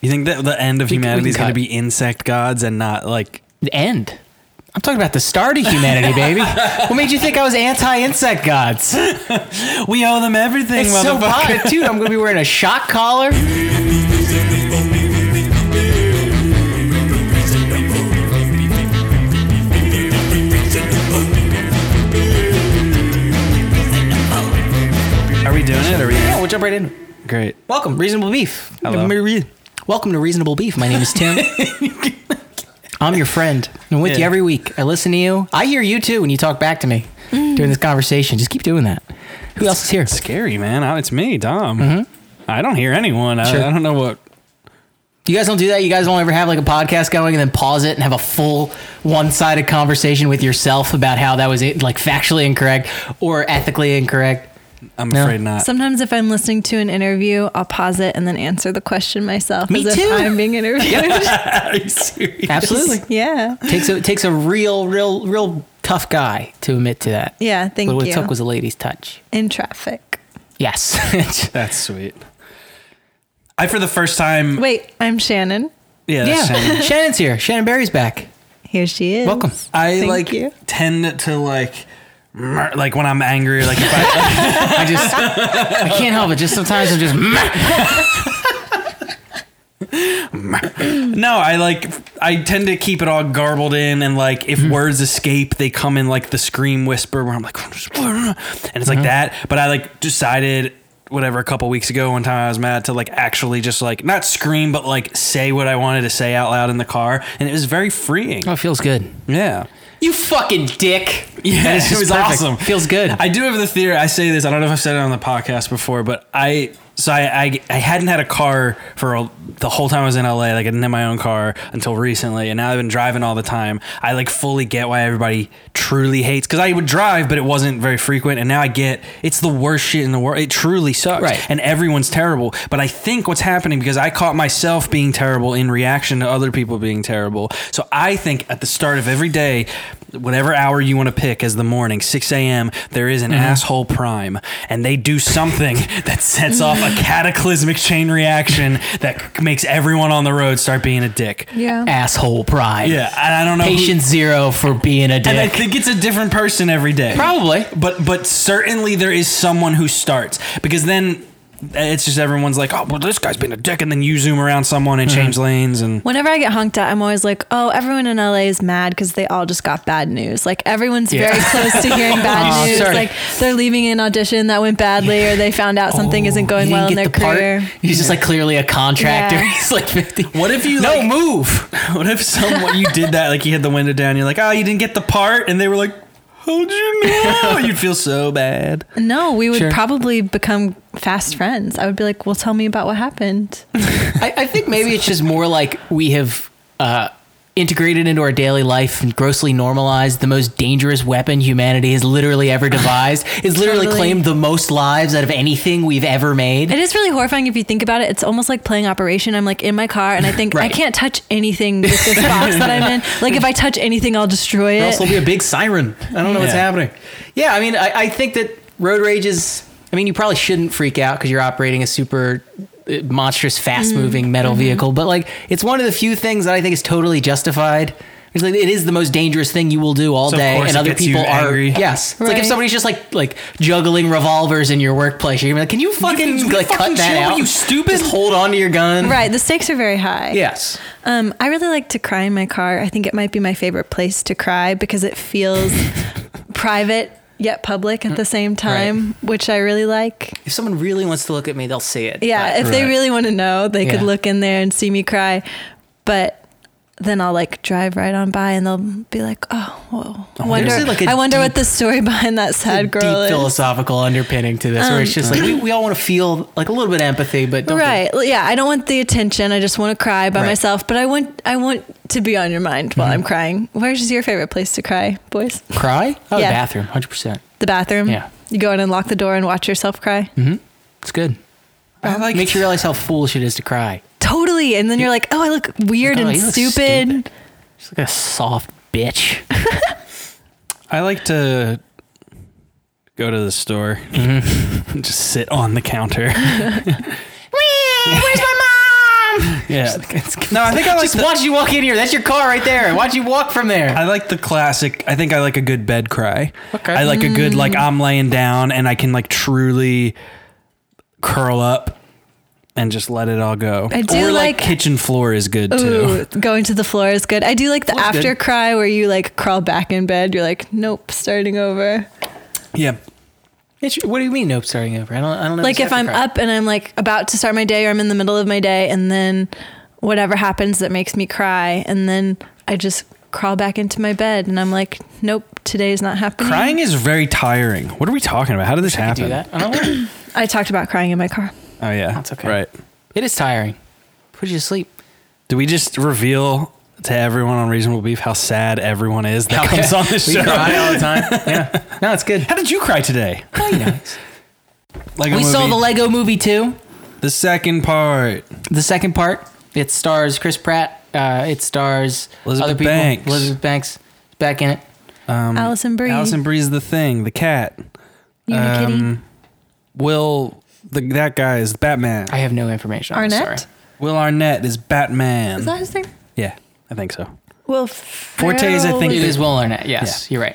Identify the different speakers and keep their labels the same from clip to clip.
Speaker 1: You think that the end of
Speaker 2: We- we
Speaker 1: humanity is
Speaker 2: can
Speaker 1: going to
Speaker 2: cut.
Speaker 1: be insect gods and not like?
Speaker 2: The end. I'm talking about the start of humanity, baby. what made you think I was anti-insect gods?
Speaker 1: We owe them everything,
Speaker 2: It's so
Speaker 1: motherfucker.
Speaker 2: hot, dude. I'm gonna be wearing a shock collar.
Speaker 1: Are we doing it? Are we?
Speaker 2: Yeah, we'll jump right in.
Speaker 1: Great.
Speaker 2: Welcome, Reasonable Beef.
Speaker 1: Hello.
Speaker 2: Welcome to Reasonable Beef. My name is Tim. I'm your friend. I'm with you
Speaker 1: Yeah.
Speaker 2: every week. I listen to you. I hear you too when you talk back to me during this conversation. Just keep doing that. Who else is here?
Speaker 1: Scary man. Oh, It's me, Dom. I don't hear anyone. I,
Speaker 2: Mm-hmm. Sure.
Speaker 1: I don't know what.
Speaker 2: You guys don't do that. You guys don't ever have like a podcast going and then pause it and have a full one-sided conversation with yourself about how that was it, like factually incorrect or ethically incorrect.
Speaker 1: I'm
Speaker 2: No.
Speaker 1: afraid not.
Speaker 3: Sometimes if I'm listening to an interview, I'll pause it and then answer the question myself
Speaker 2: Me
Speaker 3: as
Speaker 2: too.
Speaker 3: if I'm being interviewed.
Speaker 1: Are you serious?
Speaker 2: Absolutely.
Speaker 3: yeah.
Speaker 2: takes a takes a real, real, real tough guy to admit to that.
Speaker 3: Yeah, thank
Speaker 2: But what
Speaker 3: you.
Speaker 2: it took was a lady's touch.
Speaker 3: In traffic.
Speaker 2: Yes.
Speaker 1: That's sweet. I for the first time.
Speaker 3: Wait, I'm Shannon.
Speaker 1: Yeah.
Speaker 2: yeah.
Speaker 1: That's Shannon.
Speaker 2: Shannon's here. Shannon Barry's back.
Speaker 3: Here she is.
Speaker 2: Welcome.
Speaker 1: I
Speaker 3: Thank
Speaker 1: like
Speaker 3: you.
Speaker 1: tend to like mer- like when I'm angry. Like if I
Speaker 2: I just I can't help it. Just sometimes I'm just
Speaker 1: no, I like I tend to keep it all garbled in, and like if words escape, they come in like the scream whisper where I'm like, and it's like that. But I like decided whatever a couple weeks ago one time I was mad to like actually just like not scream but like say what I wanted to say out loud in the car and it was very freeing.
Speaker 2: Oh, it feels good.
Speaker 1: Yeah.
Speaker 2: You fucking dick.
Speaker 1: Yeah,
Speaker 2: That is
Speaker 1: it
Speaker 2: just
Speaker 1: was
Speaker 2: perfect.
Speaker 1: awesome.
Speaker 2: Feels good.
Speaker 1: I do have the theory. I say this. I don't know if I've said it on the podcast before, but I so I I, I hadn't had a car for a, the whole time I was in LA. Like I didn't have my own car until recently, and now I've been driving all the time. I like fully get why everybody truly hates because I would drive, but it wasn't very frequent, and now I get it's the worst shit in the world. It truly sucks,
Speaker 2: Right.
Speaker 1: And everyone's terrible. But I think what's happening because I caught myself being terrible in reaction to other people being terrible. So I think at the start of every day, whatever hour you want to pick as the morning, 6 a.m., there is an asshole prime, and they do something that sets off a cataclysmic chain reaction that makes everyone on the road start being a dick.
Speaker 3: Yeah.
Speaker 2: Asshole pride.
Speaker 1: Yeah, and I don't know. who-
Speaker 2: Patient zero for being a dick.
Speaker 1: and I think it's a different person every day.
Speaker 2: Probably.
Speaker 1: But but certainly there is someone who starts because then eh, it's just everyone's like, oh well, this guy's been a dick, and then you zoom around someone and change lanes, and
Speaker 3: Whenever I get honked at, I'm always like, oh, everyone in LA is mad because they all just got bad news. Like, everyone's very close to hearing bad
Speaker 2: Oh,
Speaker 3: news.
Speaker 2: sorry.
Speaker 3: Like, they're leaving an audition that went badly or they found out something isn't going
Speaker 2: Oh, You
Speaker 3: well in
Speaker 2: didn't
Speaker 3: their
Speaker 2: get the part?
Speaker 3: career.
Speaker 2: He's just like clearly a contractor.
Speaker 3: Yeah.
Speaker 2: He's like 50.
Speaker 1: What if you,
Speaker 2: No,
Speaker 1: like-
Speaker 2: move.
Speaker 1: what if someone you did that like you had the window down, you're like, oh, you didn't get the part, and they were like, how'd you know? You'd feel so bad.
Speaker 3: No, we would
Speaker 2: Sure.
Speaker 3: probably become fast friends. I would be like, well, tell me about what happened.
Speaker 2: I, I think maybe it's just more like we have uh, integrated into our daily life and grossly normalized the most dangerous weapon humanity has literally ever devised. It's literally
Speaker 3: Totally.
Speaker 2: claimed the most lives out of anything we've ever made.
Speaker 3: It is really horrifying if you think about it. It's almost like playing Operation. I'm like in my car and I think
Speaker 2: Right.
Speaker 3: I can't touch anything with this box that I'm in. Like if I touch anything, I'll destroy
Speaker 2: Or else
Speaker 3: it.
Speaker 2: there'll be a big siren. I don't know what's
Speaker 1: Yeah.
Speaker 2: happening. Yeah, I mean, I, I think that road rage is. I mean, you probably shouldn't freak out because you're operating a super uh, monstrous,
Speaker 1: Mm.
Speaker 2: fast-moving metal
Speaker 1: Mm-hmm.
Speaker 2: vehicle. But like, it's one of the few things that I think is totally justified. It's like it is the most dangerous thing you will do all
Speaker 1: So, of
Speaker 2: day,
Speaker 1: course,
Speaker 2: and
Speaker 1: it
Speaker 2: other
Speaker 1: gets you
Speaker 2: people are.
Speaker 1: angry.
Speaker 2: Yes, it's like if
Speaker 3: Right.
Speaker 2: somebody's just like like juggling revolvers in your workplace, you're gonna be like, "Can you
Speaker 1: can
Speaker 2: fucking
Speaker 1: you
Speaker 2: like
Speaker 1: fucking
Speaker 2: cut that
Speaker 1: chill,
Speaker 2: out?
Speaker 1: you stupid?"
Speaker 2: Just hold on to your gun."
Speaker 3: Right, the stakes are very high.
Speaker 2: Yes.
Speaker 3: Um, I really like to cry in my car. I think it might be my favorite place to cry because it feels private yet public at the same time, which I really like.
Speaker 2: If someone really wants to look at me, they'll see it.
Speaker 3: Yeah,
Speaker 2: But-
Speaker 3: if they
Speaker 1: Right.
Speaker 3: really want to know, they could
Speaker 2: Yeah.
Speaker 3: look in there and see me cry. But then I'll like drive right on by and they'll be like, "Oh, whoa." I wonder
Speaker 2: there's like a
Speaker 3: I wonder what
Speaker 2: deep-
Speaker 3: the story behind that sad
Speaker 2: deep
Speaker 3: girl is.
Speaker 2: philosophical underpinning to this, where it's just like we, we all want to feel like a little bit of empathy, but don't
Speaker 3: Right. Well, Yeah, I don't want the attention. I just want to cry by
Speaker 2: Right. Mm-hmm.
Speaker 3: myself, but I want I want to be on your mind while I'm crying. Where's your favorite place to cry, boys?
Speaker 2: think- cry. Oh,
Speaker 3: Yeah.
Speaker 2: bathroom, hundred percent.
Speaker 3: The bathroom.
Speaker 2: Yeah. Mm-hmm.
Speaker 3: You go in and lock the door and watch yourself cry.
Speaker 2: It's good.
Speaker 1: I like
Speaker 2: Makes you realize how foolish it is to cry.
Speaker 3: Totally. And then you're like, "Oh, I look weird
Speaker 2: Oh,
Speaker 3: and
Speaker 2: you look
Speaker 3: stupid.
Speaker 2: stupid. It's like a soft bitch.
Speaker 1: I like to go to the store, Mm-hmm. and just sit on the counter.
Speaker 2: Where's my mom.
Speaker 1: Yeah. No, I think I like
Speaker 2: Just
Speaker 1: the,
Speaker 2: watch you walk in here. That's your car right there. Watch you walk from there.
Speaker 1: I like the classic. I think I like a good bed cry.
Speaker 2: Okay. Mm.
Speaker 1: I like a good like I'm laying down and I can like truly curl up and just let it all go.
Speaker 3: I do
Speaker 1: or like,
Speaker 3: like-
Speaker 1: kitchen floor is good too.
Speaker 3: Ooh, going to the floor is good. I do like the
Speaker 1: Floor's good.
Speaker 3: after cry where you like crawl back in bed. You're like, nope, starting over.
Speaker 1: Yeah.
Speaker 2: It's- what do you mean? Nope, starting over. I don't. I don't know.
Speaker 3: like if I'm up and I'm like about to start my day or I'm in the middle of my day and then whatever happens that makes me cry and then I just crawl back into my bed and I'm like, nope, today is not happening.
Speaker 1: Crying is very tiring. What are we talking about? How did this
Speaker 2: I
Speaker 1: happen?
Speaker 2: do that. I don't know.
Speaker 3: I talked about crying in my car.
Speaker 1: Oh yeah.
Speaker 2: That's okay.
Speaker 1: Right.
Speaker 2: it is tiring. Put you to sleep.
Speaker 1: Do we just reveal to everyone on Reasonable Beef how sad everyone is that
Speaker 2: Okay.
Speaker 1: comes on this
Speaker 2: We
Speaker 1: show?
Speaker 2: cry all the time. Yeah. No, it's good.
Speaker 1: How did you cry today?
Speaker 2: Oh, you know.
Speaker 1: Like
Speaker 2: we saw the Lego Movie too.
Speaker 1: the second part.
Speaker 2: The second part. It stars Chris Pratt. Uh, it stars
Speaker 1: Elizabeth
Speaker 2: other people.
Speaker 1: Banks.
Speaker 2: Elizabeth Banks is back in it.
Speaker 1: Um,
Speaker 3: Allison Brie.
Speaker 1: Allison Bree's the thing, the cat.
Speaker 3: Unikitty.
Speaker 1: Um, Will the, that guy is Batman.
Speaker 2: I have no information. I'm
Speaker 3: Arnett?
Speaker 2: sorry.
Speaker 1: Will Arnett is Batman.
Speaker 3: Is that his name?
Speaker 1: yeah, I think so.
Speaker 3: Well,
Speaker 1: Fortes, I think-
Speaker 2: It is Will Arnett. Yes, you're right.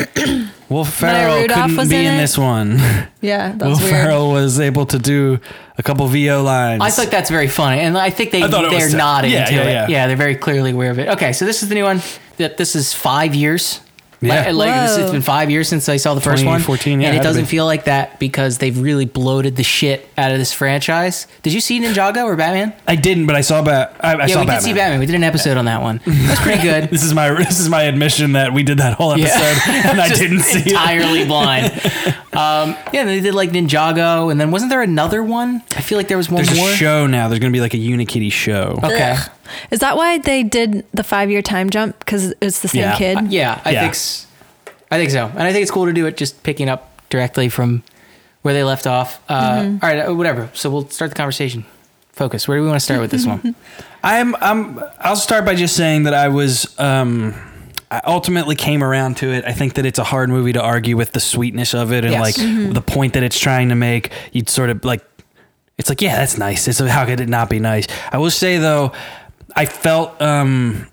Speaker 1: Will Ferrell
Speaker 3: Rudolph
Speaker 1: couldn't
Speaker 3: was
Speaker 1: be
Speaker 3: in
Speaker 1: in
Speaker 3: it?
Speaker 1: this one.
Speaker 3: Yeah, that's
Speaker 1: Will
Speaker 3: weird.
Speaker 1: Ferrell was able to do a couple VO lines.
Speaker 2: I think that's very funny, and I think they
Speaker 1: I thought it was
Speaker 2: they're
Speaker 1: too.
Speaker 2: nodding
Speaker 1: Yeah,
Speaker 2: to
Speaker 1: yeah,
Speaker 2: it.
Speaker 1: yeah.
Speaker 2: Yeah. they're very clearly aware of it. Okay, so this is the new one. That this is five years.
Speaker 1: Yeah.
Speaker 2: Like, like this, it's
Speaker 3: Whoa.
Speaker 2: been five years since I saw the first one.
Speaker 1: 2014, yeah,
Speaker 2: and
Speaker 1: had to
Speaker 2: it doesn't
Speaker 1: be.
Speaker 2: feel like that because they've really bloated the shit out of this franchise. Did you see Ninjago or Batman?
Speaker 1: I didn't, but I saw Bat. I, I
Speaker 2: yeah,
Speaker 1: saw
Speaker 2: we did see Batman. We did an episode on that one. That's pretty good.
Speaker 1: This is my this is my admission that we did that whole episode and I
Speaker 2: Just
Speaker 1: didn't see it.
Speaker 2: entirely blind. Um, yeah, they did like Ninjago, and then wasn't there another one? I feel like there was one
Speaker 1: There's
Speaker 2: more.
Speaker 1: a show now. There's going to be like a Unikitty show.
Speaker 2: Okay.
Speaker 3: Ugh. Is that why they did the five year time jump? Because it's the same
Speaker 1: Yeah.
Speaker 3: kid?
Speaker 2: Yeah, I
Speaker 1: Yeah.
Speaker 2: think s- I think so, and I think it's cool to do it just picking up directly from where they left off. Uh, all right, uh, whatever. So we'll start the conversation. Focus. Where do we want to start with this one?
Speaker 1: I'm I'm I'll start by just saying that I was um I ultimately came around to it. I think that it's a hard movie to argue with the sweetness of it and
Speaker 2: Yes. Mm-hmm.
Speaker 1: like the point that it's trying to make. You'd sort of like it's like, yeah, that's nice. It's how could it not be nice? I will say though, I felt um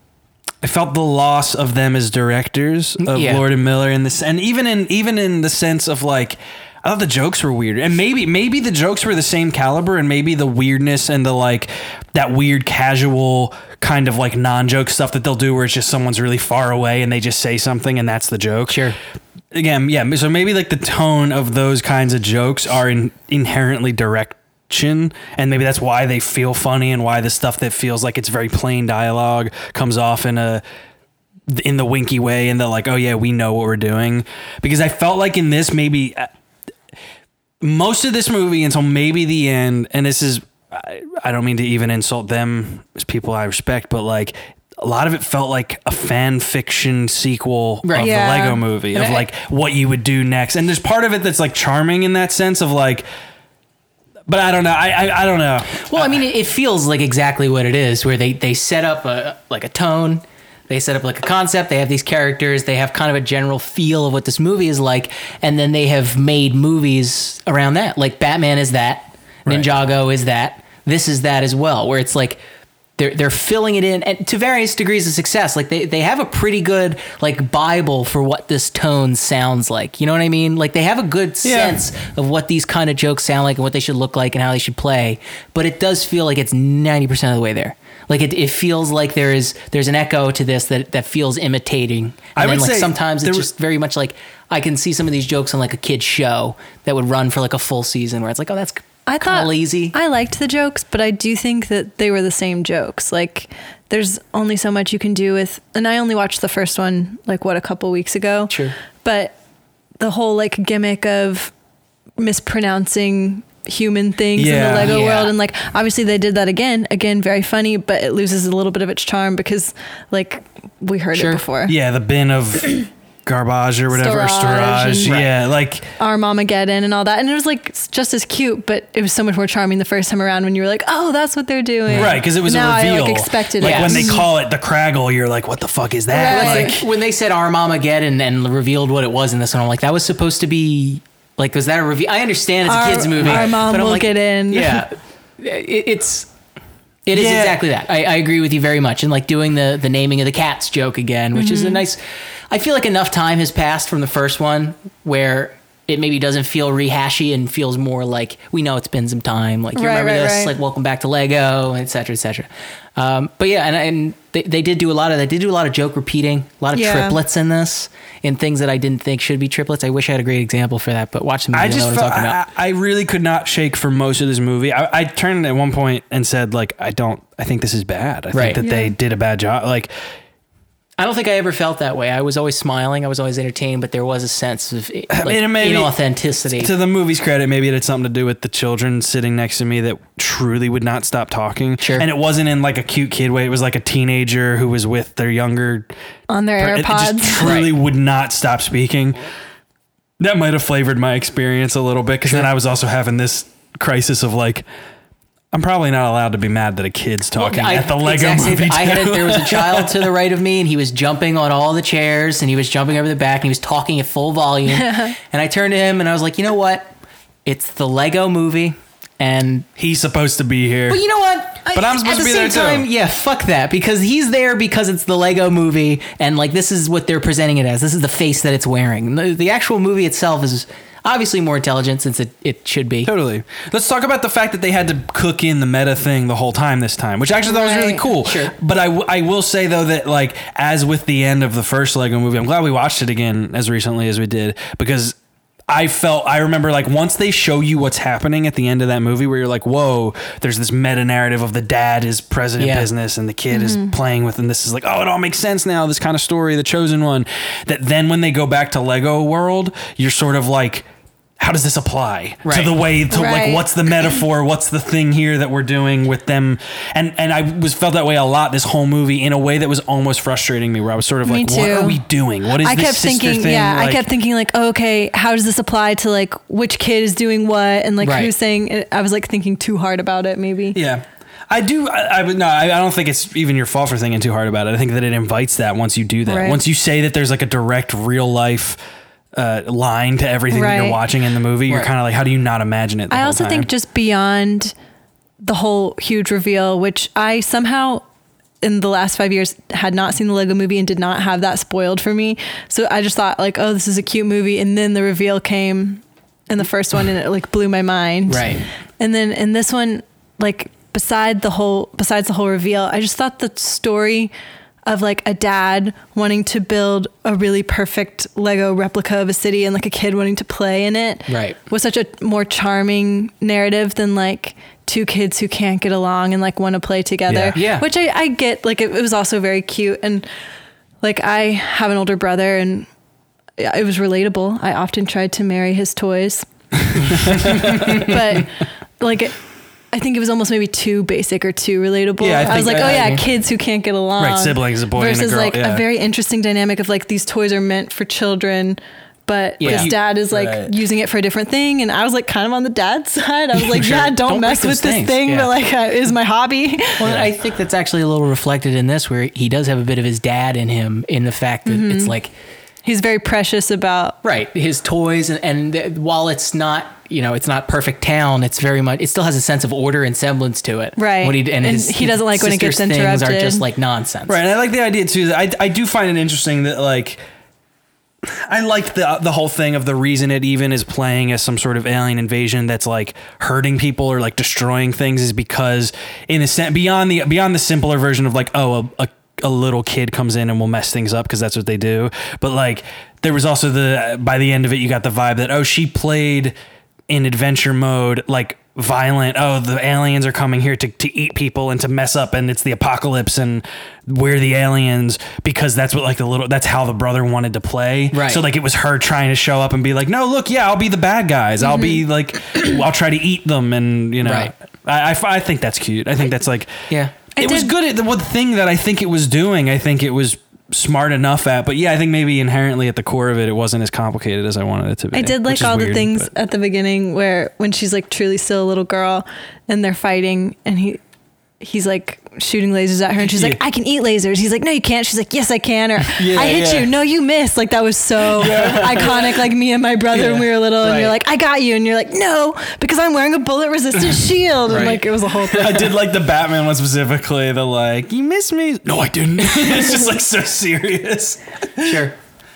Speaker 1: I felt the loss of them as directors of
Speaker 2: Yeah.
Speaker 1: Lord and Miller in this, and even in even in the sense of like, I thought the jokes were weird, and maybe maybe the jokes were the same caliber, and maybe the weirdness and the like that weird casual kind of like non joke stuff that they'll do, where it's just someone's really far away and they just say something and that's the joke.
Speaker 2: Sure.
Speaker 1: Again, yeah. So maybe like the tone of those kinds of jokes are in, inherently direction, and maybe that's why they feel funny and why the stuff that feels like it's very plain dialogue comes off in a in the winky way and the like oh yeah we know what we're doing because i felt like in this maybe uh, most of this movie until maybe the end and this is I, I don't mean to even insult them as people i respect but like a lot of it felt like a fan fiction sequel
Speaker 2: Right.
Speaker 1: of
Speaker 3: Yeah.
Speaker 1: the lego movie of
Speaker 2: I-
Speaker 1: like what you would do next and there's part of it that's like charming in that sense of like but i don't know i i, I don't know
Speaker 2: Well, I mean, it, it feels like exactly what it is, where they they set up a like a tone, they set up like a concept, they have these characters, they have kind of a general feel of what this movie is like, and then they have made movies around that. Like Batman is that,
Speaker 1: Right.
Speaker 2: Ninjago is that, this is that as well, where it's like. They're, they're filling it in and to various degrees of success like they, they have a pretty good like bible for what this tone sounds like you know what i mean like they have a good
Speaker 1: Yeah.
Speaker 2: sense of what these kind of jokes sound like and what they should look like and how they should play but it does feel like it's 90% of the way there like it, it feels like there is there's an echo to this that that feels imitating and
Speaker 1: I
Speaker 2: then
Speaker 1: would
Speaker 2: like
Speaker 1: say
Speaker 2: sometimes
Speaker 1: there
Speaker 2: it's
Speaker 1: were-
Speaker 2: just very much like i can see some of these jokes on like a kid's show that would run for like a full season where it's like oh that's
Speaker 3: I
Speaker 2: kind
Speaker 3: thought
Speaker 2: of lazy
Speaker 3: I liked the jokes, but I do think that they were the same jokes. Like, there's only so much you can do with, and I only watched the first one like what a couple weeks ago.
Speaker 2: Sure.
Speaker 3: But the whole like gimmick of mispronouncing human things
Speaker 1: Yeah.
Speaker 3: in the Lego
Speaker 2: Yeah.
Speaker 3: world, and like obviously they did that again, again very funny, but it loses a little bit of its charm because like we heard
Speaker 2: Sure.
Speaker 3: it before.
Speaker 1: yeah the bin of garbage or whatever or
Speaker 3: Uh. Storage
Speaker 1: storage
Speaker 3: and-
Speaker 1: yeah like
Speaker 3: our Armageddon and all that. And it was like s- just as cute, but it was so much more charming the first time around when you were like, oh, that's what they're doing.
Speaker 1: Right, because it was
Speaker 3: now
Speaker 1: a reveal.
Speaker 3: I like expected
Speaker 1: like
Speaker 3: it.
Speaker 1: when they
Speaker 2: Yes.
Speaker 1: call it the Craggle, you're like, "What the fuck is that?"
Speaker 3: Right.
Speaker 1: Like,
Speaker 2: like when they said Armageddon and revealed what it was in this one, I'm like, that was supposed to be like, was that a review? I understand it's a
Speaker 3: Our-
Speaker 2: kids movie.
Speaker 3: our mom
Speaker 2: but I'm
Speaker 3: will
Speaker 2: like,
Speaker 3: get in.
Speaker 2: Yeah, it, it's It is
Speaker 1: Yeah.
Speaker 2: exactly that. I, I agree with you very much. And like doing the the naming of the cats joke again, which is a nice. I feel like enough time has passed from the first one where it maybe doesn't feel rehashy and feels more like we know it's been some time. Like you
Speaker 3: Right,
Speaker 2: remember
Speaker 3: right,
Speaker 2: this,
Speaker 3: right.
Speaker 2: like welcome back to Lego, et cetera, et cetera. Um, but yeah, and, and they, they did do a lot of they did do a lot of joke repeating, a lot of
Speaker 3: Yeah.
Speaker 2: triplets in this, and things that I didn't think should be triplets. I wish I had a great example for that, but watch the movie.
Speaker 1: I
Speaker 2: I
Speaker 1: just
Speaker 2: know what
Speaker 1: felt,
Speaker 2: I'm talking about.
Speaker 1: I, I really could not shake for most of this movie. I, I turned at one point and said, like, I don't, I think this is bad. I
Speaker 2: Right.
Speaker 1: think that they did a bad job. Like,
Speaker 2: I don't think I ever felt that way. I was always smiling. I was always entertained, but there was a sense of like,
Speaker 1: mean, it may be-
Speaker 2: inauthenticity.
Speaker 1: to the movie's credit, maybe it had something to do with the children sitting next to me that truly would not stop talking.
Speaker 2: Sure.
Speaker 1: And it wasn't in like a cute kid way. It was like a teenager who was with their younger.
Speaker 3: on their
Speaker 1: It, it just
Speaker 3: AirPods.
Speaker 1: truly would not stop speaking. That might have flavored my experience a little bit because then I was also having this crisis of like, I'm probably not allowed to be mad that a kid's talking
Speaker 2: I-
Speaker 1: at the Lego
Speaker 2: exact same
Speaker 1: movie.
Speaker 2: thing. I had
Speaker 1: too.
Speaker 2: it. There was a child to the right of me, and he was jumping on all the chairs, and he was jumping over the back, and he was talking at full volume. and I turned to him, and I was like, you know what? It's the Lego movie, and
Speaker 1: He's supposed to be here.
Speaker 2: But you know what?
Speaker 1: But I'm supposed to
Speaker 2: At the
Speaker 1: be
Speaker 2: same
Speaker 1: there, too.
Speaker 2: time, Yeah, fuck that. Because he's there because it's the Lego movie, and like this is what they're presenting it as. This is the face that it's wearing. The, the actual movie itself is obviously more intelligent since it, it should be.
Speaker 1: Totally. Let's talk about the fact that they had to cook in the meta thing the whole time this time, which actually that was really
Speaker 3: Right.
Speaker 1: cool.
Speaker 2: Sure.
Speaker 1: But I, w- I will say though that like as with the end of the first Lego movie, I'm glad we watched it again as recently as we did because I felt I remember like once they show you what's happening at the end of that movie where you're like, whoa, there's this meta narrative of the dad is president
Speaker 2: Yeah. Mm-hmm.
Speaker 1: business and the kid is playing with and this is like, oh, it all makes sense now, this kind of story, the chosen one. That then when they go back to Lego World, you're sort of like how does this apply to
Speaker 2: Right.
Speaker 1: the way to like
Speaker 3: Right.
Speaker 1: what's the metaphor what's the thing here that we're doing with them and and i was felt that way a lot this whole movie in a way that was almost frustrating me where i was sort of
Speaker 3: Me
Speaker 1: like what
Speaker 3: too.
Speaker 1: are we doing what is
Speaker 3: I
Speaker 1: this
Speaker 3: kept
Speaker 1: sister
Speaker 3: thinking,
Speaker 1: thing
Speaker 3: yeah, I
Speaker 1: like-
Speaker 3: kept thinking like, oh, okay, how does this apply to like which kid is doing what and like
Speaker 2: Right.
Speaker 3: who's saying? It? I was like thinking too hard about it, maybe.
Speaker 1: yeah I do. I, I would- no. I, I don't think it's even your fault for thinking too hard about it. I think that it invites that once you do that.
Speaker 3: Right.
Speaker 1: Once you say that there's like a direct real life uh, line to everything that you're
Speaker 3: Right.
Speaker 1: watching in the movie, you're
Speaker 2: Right.
Speaker 1: kind of like, how do you not imagine it? the
Speaker 3: I
Speaker 1: whole
Speaker 3: also
Speaker 1: time?
Speaker 3: think just beyond the whole huge reveal, which I somehow in the last five years had not seen the Lego movie and did not have that spoiled for me. So I just thought like, oh, this is a cute movie, and then the reveal came in the first one, and it like blew my mind.
Speaker 2: Right.
Speaker 3: And then in this one, like beside the whole besides the whole reveal, I just thought the story of like a dad wanting to build a really perfect Lego replica of a city and like a kid wanting to play in it
Speaker 2: Right.
Speaker 3: was such a more charming narrative than like two kids who can't get along and like want to play together.
Speaker 1: Yeah.
Speaker 2: Yeah.
Speaker 3: Which I, I get like it, it was also very cute and like I have an older brother and it was relatable. I often tried to marry his toys. but like it, I think it was almost maybe too basic or too relatable.
Speaker 1: Yeah, I
Speaker 3: I, was
Speaker 1: think-
Speaker 3: like,
Speaker 1: I-
Speaker 3: oh
Speaker 1: I
Speaker 3: yeah,
Speaker 1: mean-
Speaker 3: kids who can't get along.
Speaker 1: Right, siblings, a boy and a
Speaker 3: versus
Speaker 1: girl,
Speaker 3: like
Speaker 1: yeah.
Speaker 3: a very interesting dynamic of like these toys are meant for children. But
Speaker 2: Yeah.
Speaker 3: his dad is like
Speaker 1: Right.
Speaker 3: using it for a different thing, and I was like kind of on the dad's side. I was like,
Speaker 2: Sure.
Speaker 3: yeah, don't,
Speaker 2: Don't
Speaker 3: mess
Speaker 2: make those
Speaker 3: with this
Speaker 2: things,
Speaker 3: thing,
Speaker 2: yeah.
Speaker 3: but like uh, is my hobby.
Speaker 2: Well, I think that's actually a little reflected in this, where he does have a bit of his dad in him, in the fact that
Speaker 1: Mm-hmm.
Speaker 2: it's like
Speaker 3: He's very precious about
Speaker 2: right his toys, and, and th- while it's not. You know, it's not perfect town. It's very much. It still has a sense of order and semblance to it.
Speaker 3: Right.
Speaker 2: What he, and
Speaker 3: And
Speaker 2: his,
Speaker 3: he doesn't like when it
Speaker 2: sister's
Speaker 3: gets
Speaker 2: Things are
Speaker 3: interrupted.
Speaker 2: just like nonsense.
Speaker 1: Right, and I like the idea too. That I I do find it interesting that like I liked the the whole thing of the reason it even is playing as some sort of alien invasion that's like hurting people or like destroying things is because in a sense beyond the beyond the simpler version of like oh a, a a little kid comes in and will mess things up because that's what they do. But like there was also the by the end of it you got the vibe that oh she played in adventure mode like violent oh the aliens are coming here to, to eat people and to mess up and it's the apocalypse and we're the aliens because that's what like the little that's how the brother wanted to play
Speaker 2: Right.
Speaker 1: so like it was her trying to show up and be like no look yeah i'll be the bad guys i'll be like i'll try to eat them and you know
Speaker 2: Right.
Speaker 1: I, I f- I think that's cute i think that's like
Speaker 2: Yeah.
Speaker 1: it, was
Speaker 3: did-
Speaker 1: good at the one thing that i think it was doing i think it was smart enough at but yeah i think maybe inherently at the core of it it wasn't as complicated as i wanted it to be
Speaker 3: I did
Speaker 1: which
Speaker 3: like
Speaker 1: is
Speaker 3: all the
Speaker 1: weird,
Speaker 3: things
Speaker 1: but-
Speaker 3: at the beginning where when she's like truly still a little girl and they're fighting and he he's like shooting lasers at her and she's like,
Speaker 1: Yeah.
Speaker 3: I can eat lasers. He's like, No, you can't. She's like, Yes, I can. Or
Speaker 1: Yeah,
Speaker 3: I hit
Speaker 1: yeah.
Speaker 3: you. No, you missed. Like that was so iconic. Like me and my brother when we
Speaker 1: Yeah.
Speaker 3: were little and you're
Speaker 2: Right.
Speaker 3: like, I got you. And you're like, No, because I'm wearing a bullet resistant shield. And
Speaker 1: Right.
Speaker 3: like it was a whole thing.
Speaker 1: I did like the Batman one specifically. The like, you miss me? No, I didn't. it's just like so serious.
Speaker 2: sure.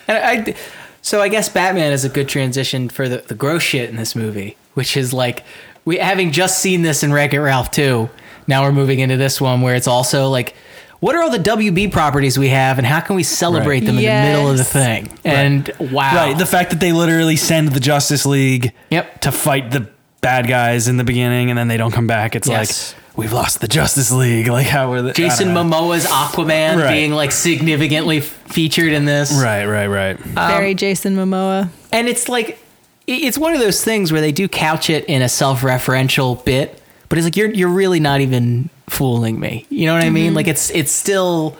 Speaker 2: And I, so I guess Batman is a good transition for the, the gross shit in this movie, which is like we having just seen this in Wreck It Ralph too. Now we're moving into this one where it's also like, what are all the WB properties we have, and how can we celebrate them in the middle of the
Speaker 3: Yes.
Speaker 2: thing? And wow,
Speaker 1: Right. The fact that they literally send the Justice League
Speaker 2: Yep.
Speaker 1: to fight the bad guys in the beginning and then they don't come back. It's
Speaker 2: Yes.
Speaker 1: like, we've lost the Justice League. Like, how are the. I don't
Speaker 2: Jason
Speaker 1: know.
Speaker 2: Momoa's Aquaman
Speaker 1: Right.
Speaker 2: being like significantly f- featured in this,
Speaker 1: Right, right, right.
Speaker 3: Very Jason Momoa.
Speaker 2: and it's like i- it's one of those things where they do couch it in a self-referential bit but it's like you're you're really not even fooling me you know what i
Speaker 1: Mm-hmm.
Speaker 2: mean like it's it's still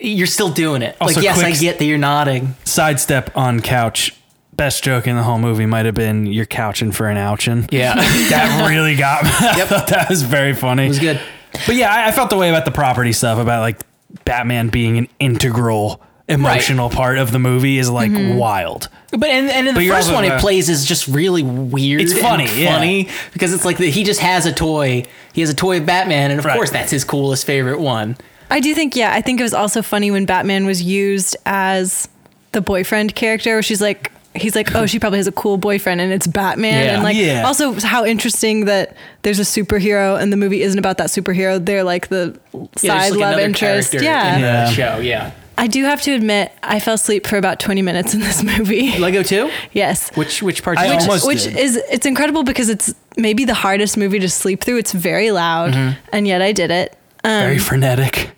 Speaker 2: you're still doing it
Speaker 1: Also
Speaker 2: like yes
Speaker 1: quick-
Speaker 2: i get that you're nodding
Speaker 1: Sidestep on couch. Best joke in the whole movie might have been you're couching for an ouchin.
Speaker 2: yeah
Speaker 1: That really got me. I thought that was very funny.
Speaker 2: it was good
Speaker 1: But yeah, I, I felt the way about the property stuff about like Batman being an integral emotional part of the movie is like
Speaker 2: Mm-hmm.
Speaker 1: wild.
Speaker 2: but and, and in
Speaker 1: But
Speaker 2: the
Speaker 1: you're
Speaker 2: first
Speaker 1: also,
Speaker 2: one
Speaker 1: uh,
Speaker 2: it plays is just really weird
Speaker 1: It's
Speaker 2: and
Speaker 1: funny, yeah.
Speaker 2: funny because it's like the, he just has a toy he has a toy of batman and of
Speaker 1: Right.
Speaker 2: course that's his coolest favorite one
Speaker 3: I do think, yeah, I think it was also funny when Batman was used as the boyfriend character, where she's like, he's like, oh, she probably has a cool boyfriend, and it's Batman,
Speaker 2: Yeah.
Speaker 3: and like,
Speaker 1: Yeah.
Speaker 3: also how interesting that there's a superhero, and the movie isn't about that superhero. They're like the
Speaker 2: Yeah, there's,
Speaker 3: side
Speaker 2: like,
Speaker 3: love
Speaker 2: another
Speaker 3: interest.
Speaker 2: character
Speaker 3: Yeah.
Speaker 2: in
Speaker 1: Yeah.
Speaker 2: the show yeah
Speaker 3: I do have to admit, I fell asleep for about 20 minutes in this movie.
Speaker 2: lego 2
Speaker 3: yes.
Speaker 2: which which part
Speaker 1: I
Speaker 2: you like?
Speaker 1: almost
Speaker 3: which
Speaker 1: did.
Speaker 3: is it's incredible because it's maybe the hardest movie to sleep through. It's very loud,
Speaker 2: Mm-hmm.
Speaker 3: and yet I did it.
Speaker 2: Um,
Speaker 1: very frenetic.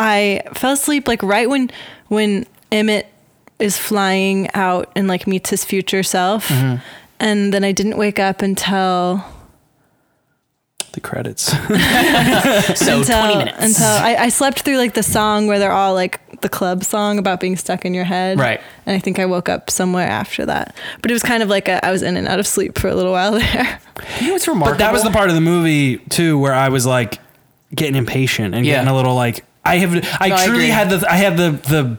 Speaker 3: I fell asleep like right when when Emmett is flying out and like meets his future self,
Speaker 2: Mm-hmm.
Speaker 3: and then I didn't wake up until
Speaker 1: The credits.
Speaker 2: so
Speaker 3: until
Speaker 2: 20 minutes
Speaker 3: until I, I slept through like the song where they're all like the club song about being stuck in your head,
Speaker 2: Right.
Speaker 3: And I think I woke up somewhere after that, but it was kind of like a, I was in and out of sleep for a little while there.
Speaker 2: You know what's
Speaker 1: But
Speaker 2: remarkable?
Speaker 1: that was the part of the movie too where I was like getting impatient and
Speaker 2: Yeah.
Speaker 1: getting a little like I have I
Speaker 2: No, I
Speaker 1: truly
Speaker 2: agree.
Speaker 1: had the I had the the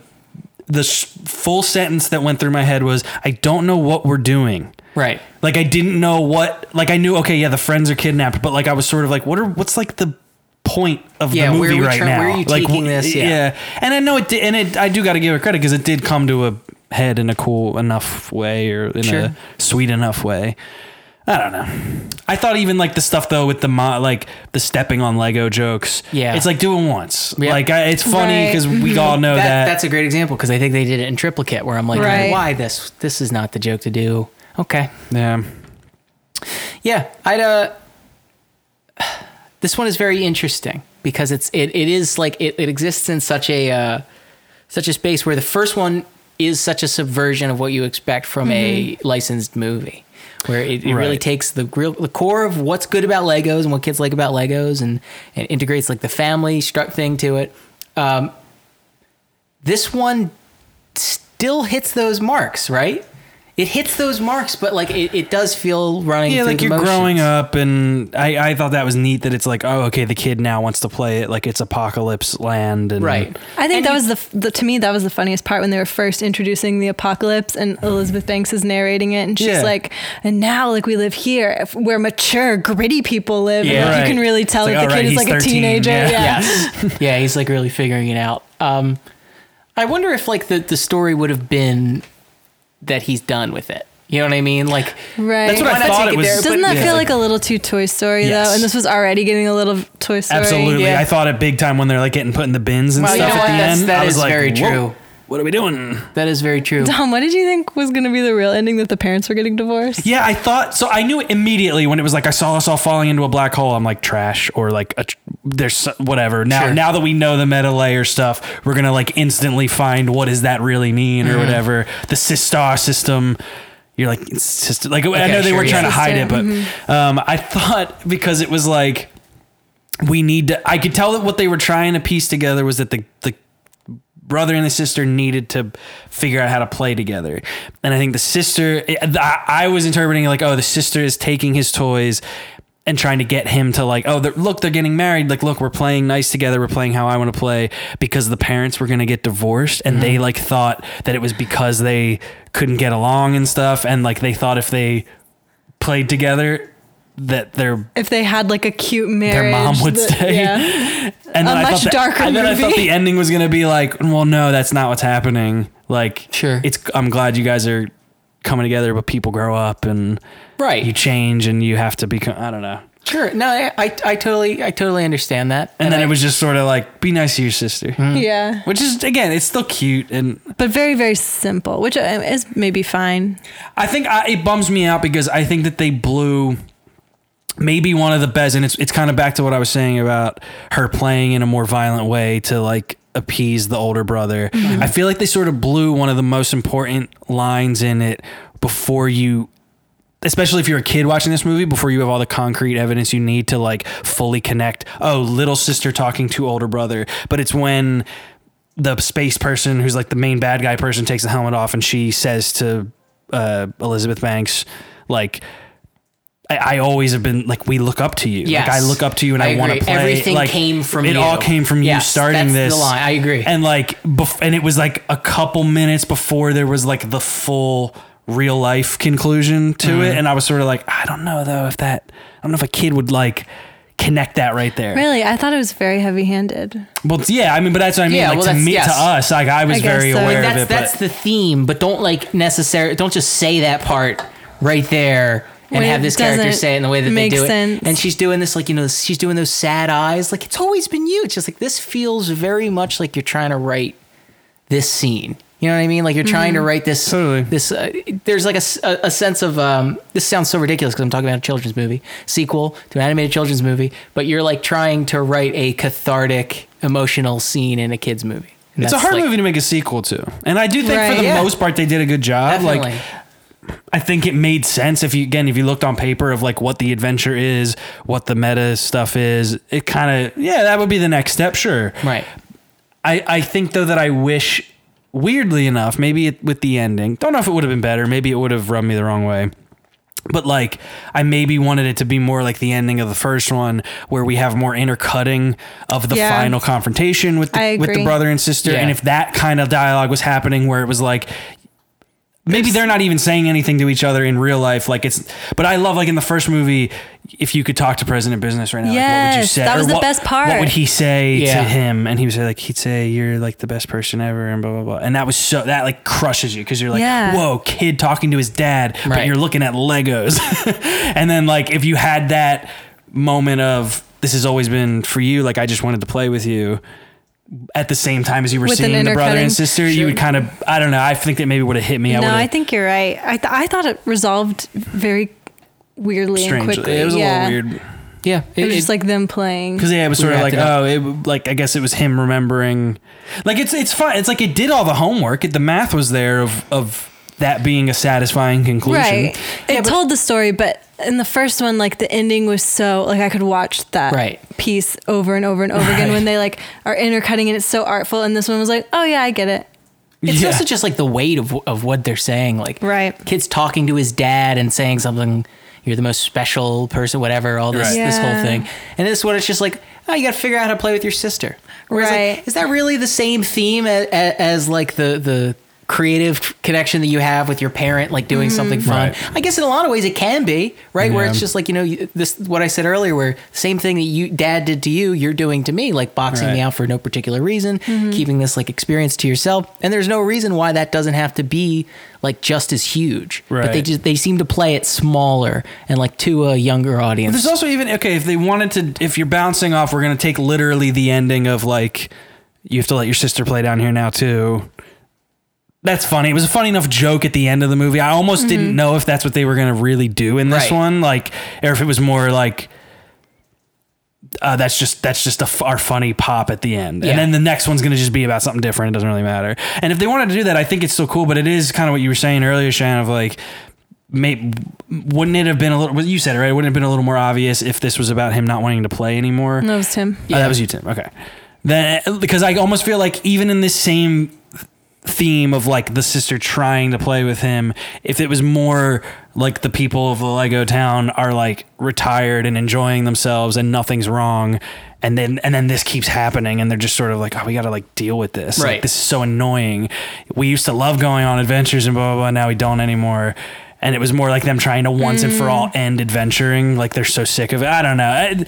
Speaker 1: the sh- full sentence that went through my head was I don't know what we're doing.
Speaker 2: right.
Speaker 1: Like I didn't know what like I knew okay yeah the friends are kidnapped but like I was sort of like what are what's like the point of
Speaker 2: Yeah,
Speaker 1: the
Speaker 2: where
Speaker 1: movie
Speaker 2: we
Speaker 1: right
Speaker 2: tra-
Speaker 1: now
Speaker 2: where are you
Speaker 1: like
Speaker 2: taking
Speaker 1: wh-
Speaker 2: this? Yeah.
Speaker 1: and I know it did, and it I do got to give it credit because it did come to a head in a cool enough way or in
Speaker 2: Sure.
Speaker 1: a sweet enough way I don't know I thought even like the stuff though with the mo- like the stepping on Lego jokes
Speaker 2: Yeah.
Speaker 1: it's like do it once
Speaker 2: Yeah. Mm-hmm.
Speaker 1: like I, it's funny
Speaker 3: Right.
Speaker 1: because we all know
Speaker 2: That,
Speaker 1: that,
Speaker 2: that's a great example because I think they did it in triplicate where I'm like,
Speaker 3: Right.
Speaker 2: why this? This is not the joke to do. Okay.
Speaker 1: yeah
Speaker 2: Yeah, I'd uh this one is very interesting because it's it, it is like it, it exists in such a uh such a space where the first one is such a subversion of what you expect from a licensed movie. Where it, it really
Speaker 1: Right.
Speaker 2: takes the real, the core of what's good about Legos and what kids like about Legos and, and integrates like the family struck thing to it. Um, this one still hits those marks, right? It hits those marks, but like it, it does feel running.
Speaker 1: Yeah,
Speaker 2: through
Speaker 1: like
Speaker 2: the
Speaker 1: you're
Speaker 2: motions.
Speaker 1: growing up, and I, I thought that was neat that it's like, oh, okay, the kid now wants to play it like it's apocalypse land, and
Speaker 2: right?
Speaker 3: I think
Speaker 2: And
Speaker 3: that
Speaker 2: you-
Speaker 3: was the, f- the to me that was the funniest part when they were first introducing the apocalypse and Elizabeth Banks is narrating it and she's
Speaker 1: Yeah.
Speaker 3: like, and now like we live here if- where mature gritty people live.
Speaker 2: Yeah.
Speaker 3: and, like,
Speaker 1: Right.
Speaker 3: You can really tell
Speaker 1: It's
Speaker 3: that
Speaker 1: like,
Speaker 3: the
Speaker 1: "All right,
Speaker 3: kid is
Speaker 1: he's
Speaker 3: like
Speaker 1: 13,
Speaker 3: a teenager.
Speaker 1: yeah."
Speaker 3: Yeah.
Speaker 2: yes, yeah, he's like really figuring it out. Um, I wonder if like the the story would have been that he's done with it. You know what I mean? Like
Speaker 3: Right.
Speaker 1: That's what
Speaker 2: why
Speaker 1: I
Speaker 2: not
Speaker 1: thought
Speaker 2: take
Speaker 1: it was-
Speaker 2: there, but-
Speaker 3: Doesn't that
Speaker 1: Yeah.
Speaker 3: feel like a little too Toy Story
Speaker 1: Yes.
Speaker 3: though? And this was already getting a little Toy Story.
Speaker 1: absolutely.
Speaker 2: Yeah.
Speaker 1: I thought it big time when they're like getting put in the bins and
Speaker 2: Well, you
Speaker 1: stuff
Speaker 2: know
Speaker 1: at
Speaker 2: what?
Speaker 1: the
Speaker 2: That's-
Speaker 1: end.
Speaker 2: that
Speaker 1: I was
Speaker 2: is
Speaker 1: like,
Speaker 2: very
Speaker 1: "Whoa,
Speaker 2: true.
Speaker 1: What are we doing?
Speaker 2: that is very true.
Speaker 3: Tom, what did you think was going to be the real ending that the parents were getting divorced?
Speaker 1: Yeah, I thought so. I knew immediately when it was like I saw us all falling into a black hole. I'm like trash or like a, tr- there's so- whatever. Now,
Speaker 2: Sure.
Speaker 1: now that we know the meta layer stuff, we're gonna like instantly find what does that really mean
Speaker 2: Mm-hmm.
Speaker 1: or whatever. The Sistar system. You're like it's sister. Like I
Speaker 2: Okay,
Speaker 1: know they
Speaker 2: sure,
Speaker 1: were trying to
Speaker 2: yeah. Mm-hmm.
Speaker 1: hide it, but
Speaker 3: Sister,
Speaker 1: um, I thought because it was like we need to. I could tell that what they were trying to piece together was that the the brother and the sister needed to figure out how to play together. And I think the sister, I, I was interpreting it like, oh, the sister is taking his toys and trying to get him to like, oh, they're, look, they're getting married. Like, look, we're playing nice together. We're playing how I want to play because the parents were going to get divorced, and
Speaker 2: Mm-hmm.
Speaker 1: they like thought that it was because they couldn't get along and stuff, and like they thought if they played together that their
Speaker 3: If they had like a cute
Speaker 1: their
Speaker 3: marriage,
Speaker 1: mom would
Speaker 3: that-
Speaker 1: stay.
Speaker 3: yeah.
Speaker 1: And
Speaker 3: A
Speaker 1: then I
Speaker 3: much
Speaker 1: thought the,
Speaker 3: darker
Speaker 1: and then I thought
Speaker 3: movie.
Speaker 1: the ending was gonna be like, well, no, that's not what's happening. Like,
Speaker 2: Sure.
Speaker 1: it's. I'm glad you guys are coming together, but people grow up and
Speaker 2: Right.
Speaker 1: you change and you have to become. I don't know.
Speaker 2: Sure. No, I, I, I totally, I totally understand that.
Speaker 1: And, then
Speaker 2: I-
Speaker 1: it was just sort of like, be nice to your sister,
Speaker 3: Hmm. Yeah.
Speaker 1: which is again, it's still cute, and
Speaker 3: But very, very simple, which uh, is maybe fine.
Speaker 1: I think I, it bums me out because I think that they blew maybe one of the best, and it's it's kind of back to what I was saying about her playing in a more violent way to like appease the older brother. I feel like they sort of blew one of the most important lines in it before you. Especially if you're a kid watching this movie, before you have all the concrete evidence you need to like fully connect. Oh, little sister talking to older brother, but it's when the space person who's like the main bad guy person takes the helmet off and she says to uh, Elizabeth Banks, like, I, I always have been like, we look up to you.
Speaker 2: Yes.
Speaker 1: Like, I look up to you and I,
Speaker 2: I
Speaker 1: want to
Speaker 2: agree.
Speaker 1: play.
Speaker 2: Everything
Speaker 1: like,
Speaker 2: came from
Speaker 1: it
Speaker 2: you.
Speaker 1: all came from you
Speaker 2: Yes,
Speaker 1: starting
Speaker 2: that's
Speaker 1: this.
Speaker 2: the line. I agree.
Speaker 1: And like, bef- and it was like a couple minutes before there was like the full real life conclusion to
Speaker 2: Mm-hmm.
Speaker 1: it. And I was sort of like, I don't know though if that, I don't know if a kid would like connect that right there.
Speaker 3: Really, I thought it was very heavy handed.
Speaker 1: Well, yeah, I mean, but that's what I mean.
Speaker 2: Yeah,
Speaker 1: like
Speaker 2: well,
Speaker 1: to
Speaker 2: that's-
Speaker 1: me,
Speaker 2: yes.
Speaker 1: to us, like I was
Speaker 3: I guess
Speaker 1: very
Speaker 3: so. Like,
Speaker 1: aware
Speaker 2: that's
Speaker 1: of it.
Speaker 2: that's
Speaker 1: but
Speaker 2: the theme, but don't like necessarily don't just say that part right there and
Speaker 3: When
Speaker 2: have
Speaker 3: it
Speaker 2: this character
Speaker 3: doesn't
Speaker 2: say it in the way that they
Speaker 3: make
Speaker 2: do
Speaker 3: sense.
Speaker 2: it. And she's doing this like you know she's doing those sad eyes like it's always been you. It's just like this feels very much like you're trying to write this scene. You know what I mean? Like you're trying
Speaker 3: Mm-hmm.
Speaker 2: to write this.
Speaker 1: Totally.
Speaker 2: This uh, there's like a, s- a- a sense of um, this sounds so ridiculous because I'm talking about a children's movie sequel to an animated children's movie, but you're like trying to write a cathartic emotional scene in a kids movie. And
Speaker 1: it's a
Speaker 2: that's,
Speaker 1: hard
Speaker 2: like,
Speaker 1: movie to make a sequel to, and I do think
Speaker 3: Right.
Speaker 1: for the
Speaker 2: Yeah.
Speaker 1: most part they did a good job.
Speaker 2: Definitely.
Speaker 1: Like I think it made sense if you again if you looked on paper of like what the adventure is, what the meta stuff is. It kind of yeah, that would be the next step, sure.
Speaker 2: Right.
Speaker 1: I, I think though that I wish, weirdly enough, maybe it, with the ending. Don't know if it would have been better. Maybe it would have run me the wrong way. But like, I maybe wanted it to be more like the ending of the first one, where we have more intercutting of the
Speaker 3: Yeah.
Speaker 1: final confrontation with
Speaker 3: I
Speaker 1: the, with the
Speaker 3: agree.
Speaker 1: brother and sister.
Speaker 2: Yeah.
Speaker 1: And if that kind of dialogue was happening, where it was like. Maybe they're not even saying anything to each other in real life. Like it's, but I love like in the first movie, if you could talk to President Business right now, like what would you
Speaker 3: Yes,
Speaker 1: say?
Speaker 3: that
Speaker 1: Or
Speaker 3: was the
Speaker 1: what-
Speaker 3: best part.
Speaker 1: What would he say to
Speaker 2: Yeah.
Speaker 1: him? And he would say like he'd say you're like the best person ever and blah blah blah. And that was so that like crushes you because you're like
Speaker 3: Yeah.
Speaker 1: whoa kid talking to his dad, but
Speaker 2: Right.
Speaker 1: you're looking at Legos. and then like if you had that moment of this has always been for you, like I just wanted to play with you. At the same time as you were
Speaker 3: With an
Speaker 1: seeing the brother and
Speaker 3: intercutting.
Speaker 1: sister, you would kind of I don't know. I think that maybe would have hit me. I
Speaker 3: no,
Speaker 1: would've-
Speaker 3: I think you're right. I, th- I thought it resolved very weirdly
Speaker 1: strangely.
Speaker 3: and quickly.
Speaker 1: It was a
Speaker 3: yeah.
Speaker 1: little weird.
Speaker 2: Yeah,
Speaker 3: It was just like them playing.
Speaker 1: Because yeah, it was
Speaker 2: We
Speaker 1: sort of like
Speaker 2: wrapped it up.
Speaker 1: oh, it, like I guess it was him remembering. Like it's it's fun. It's like it did all the homework. It, the math was there of of that being a satisfying conclusion.
Speaker 3: Right. It told the story, but in the first one, like the ending was so like I could watch that
Speaker 2: Right.
Speaker 3: piece over and over and over again
Speaker 1: Right.
Speaker 3: when they like are intercutting and it's so artful. And this one was like, oh yeah, I get it.
Speaker 2: it's
Speaker 1: Yeah.
Speaker 2: also just like the weight of of what they're saying. Like
Speaker 3: Right.
Speaker 2: kids talking to his dad and saying something. You're the most special person, whatever. All this
Speaker 1: Right.
Speaker 2: this whole
Speaker 3: Yeah.
Speaker 2: thing, and this one it's just like oh, you got to figure out how to play with your sister. Whereas, like,
Speaker 3: Right.
Speaker 2: is that really the same theme as, as like the the creative connection that you have with your parent, like doing something fun?
Speaker 1: Right.
Speaker 2: I guess in a lot of ways it can be right, where
Speaker 1: Yeah.
Speaker 2: it's just like you know you- this what I said earlier, where same thing that you dad did to you, you're doing to me, like boxing
Speaker 1: Right.
Speaker 2: me out for no particular reason,
Speaker 4: Mm-hmm.
Speaker 2: keeping this like experience to yourself, and there's no reason why that doesn't have to be like just as huge. But they
Speaker 1: Right.
Speaker 2: just they seem to play it smaller and like to a younger audience.
Speaker 1: There's also even okay if they wanted to if you're bouncing off, we're gonna take literally the ending of like you have to let your sister play down here now too. That's funny. It was a funny enough joke at the end of the movie. I almost didn't know if that's what they were gonna really do in this
Speaker 2: Mm-hmm. Right.
Speaker 1: one, like or if it was more like. Uh, that's just that's just a f- our funny pop at the end,
Speaker 2: Yeah.
Speaker 1: and then the next one's gonna just be about something different. It doesn't really matter. And if they wanted to do that, I think it's still cool. But it is kind of what you were saying earlier, Shan, of like may, wouldn't it have been a little? well, You said it right. Wouldn't it have been a little more obvious if this was about him not wanting to play anymore?
Speaker 3: No, it was Tim.
Speaker 1: Oh, that was you, Tim. Okay. Then because I almost feel like even in this same theme of like the sister trying to play with him, if it was more like the people of the Lego town are like retired and enjoying themselves and nothing's wrong. And then and then this keeps happening and they're just sort of like, oh, we gotta like deal with this. Like,
Speaker 2: Right.
Speaker 1: this is so annoying. We used to love going on adventures and blah blah blah. Now we don't anymore. And it was more like them trying to once and for all end adventuring. Like they're so sick of it. I don't know. I-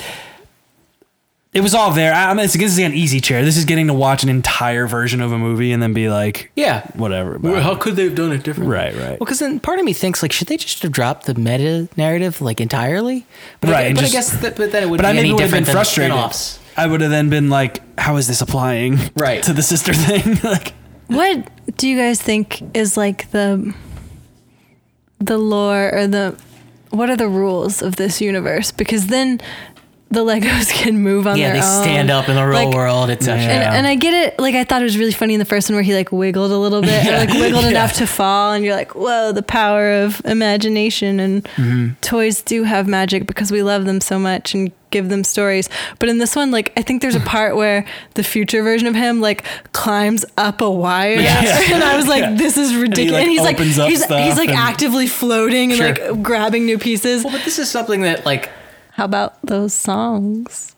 Speaker 1: it was all there. I, I mean, it's, this is an easy chair. This is getting to watch an entire version of a movie and then be like,
Speaker 2: Yeah.
Speaker 1: whatever. about it.
Speaker 4: could they have done it differently?
Speaker 1: right, right.
Speaker 2: Well, because then part of me thinks like, should they just have dropped the meta narrative like entirely? But
Speaker 1: Right,
Speaker 2: I,
Speaker 1: and
Speaker 2: but
Speaker 1: just-
Speaker 2: I guess that, but then it would
Speaker 1: but
Speaker 2: be
Speaker 1: I maybe
Speaker 2: any
Speaker 1: would have been
Speaker 2: different than
Speaker 1: frustrated.
Speaker 2: spin-offs.
Speaker 1: I would have then been like, how is this applying
Speaker 2: Right.
Speaker 1: to the sister thing? like,
Speaker 3: What do you guys think is like the the lore or the what are the rules of this universe? Because then the Legos can move on
Speaker 2: Yeah,
Speaker 3: their
Speaker 2: they
Speaker 3: own.
Speaker 2: stand up in the real
Speaker 3: Like,
Speaker 2: world. It's a
Speaker 1: Yeah.
Speaker 3: And, and I get it. Like I thought it was really funny in the first one where he like wiggled a little bit, or like wiggled enough to fall, and you're like, "Whoa, the power of imagination!" And toys do have magic because we love them so much and give them stories. But in this one, like I think there's a part where the future version of him like climbs up a wire, and I was like, "This is ridiculous."
Speaker 1: like,
Speaker 3: And,
Speaker 1: opens
Speaker 3: he's
Speaker 1: up
Speaker 3: like, he's,
Speaker 1: stuff
Speaker 3: he's like
Speaker 1: and-
Speaker 3: actively floating and
Speaker 2: Sure.
Speaker 3: like grabbing new pieces.
Speaker 2: Well, but this is something that like
Speaker 3: How about those songs?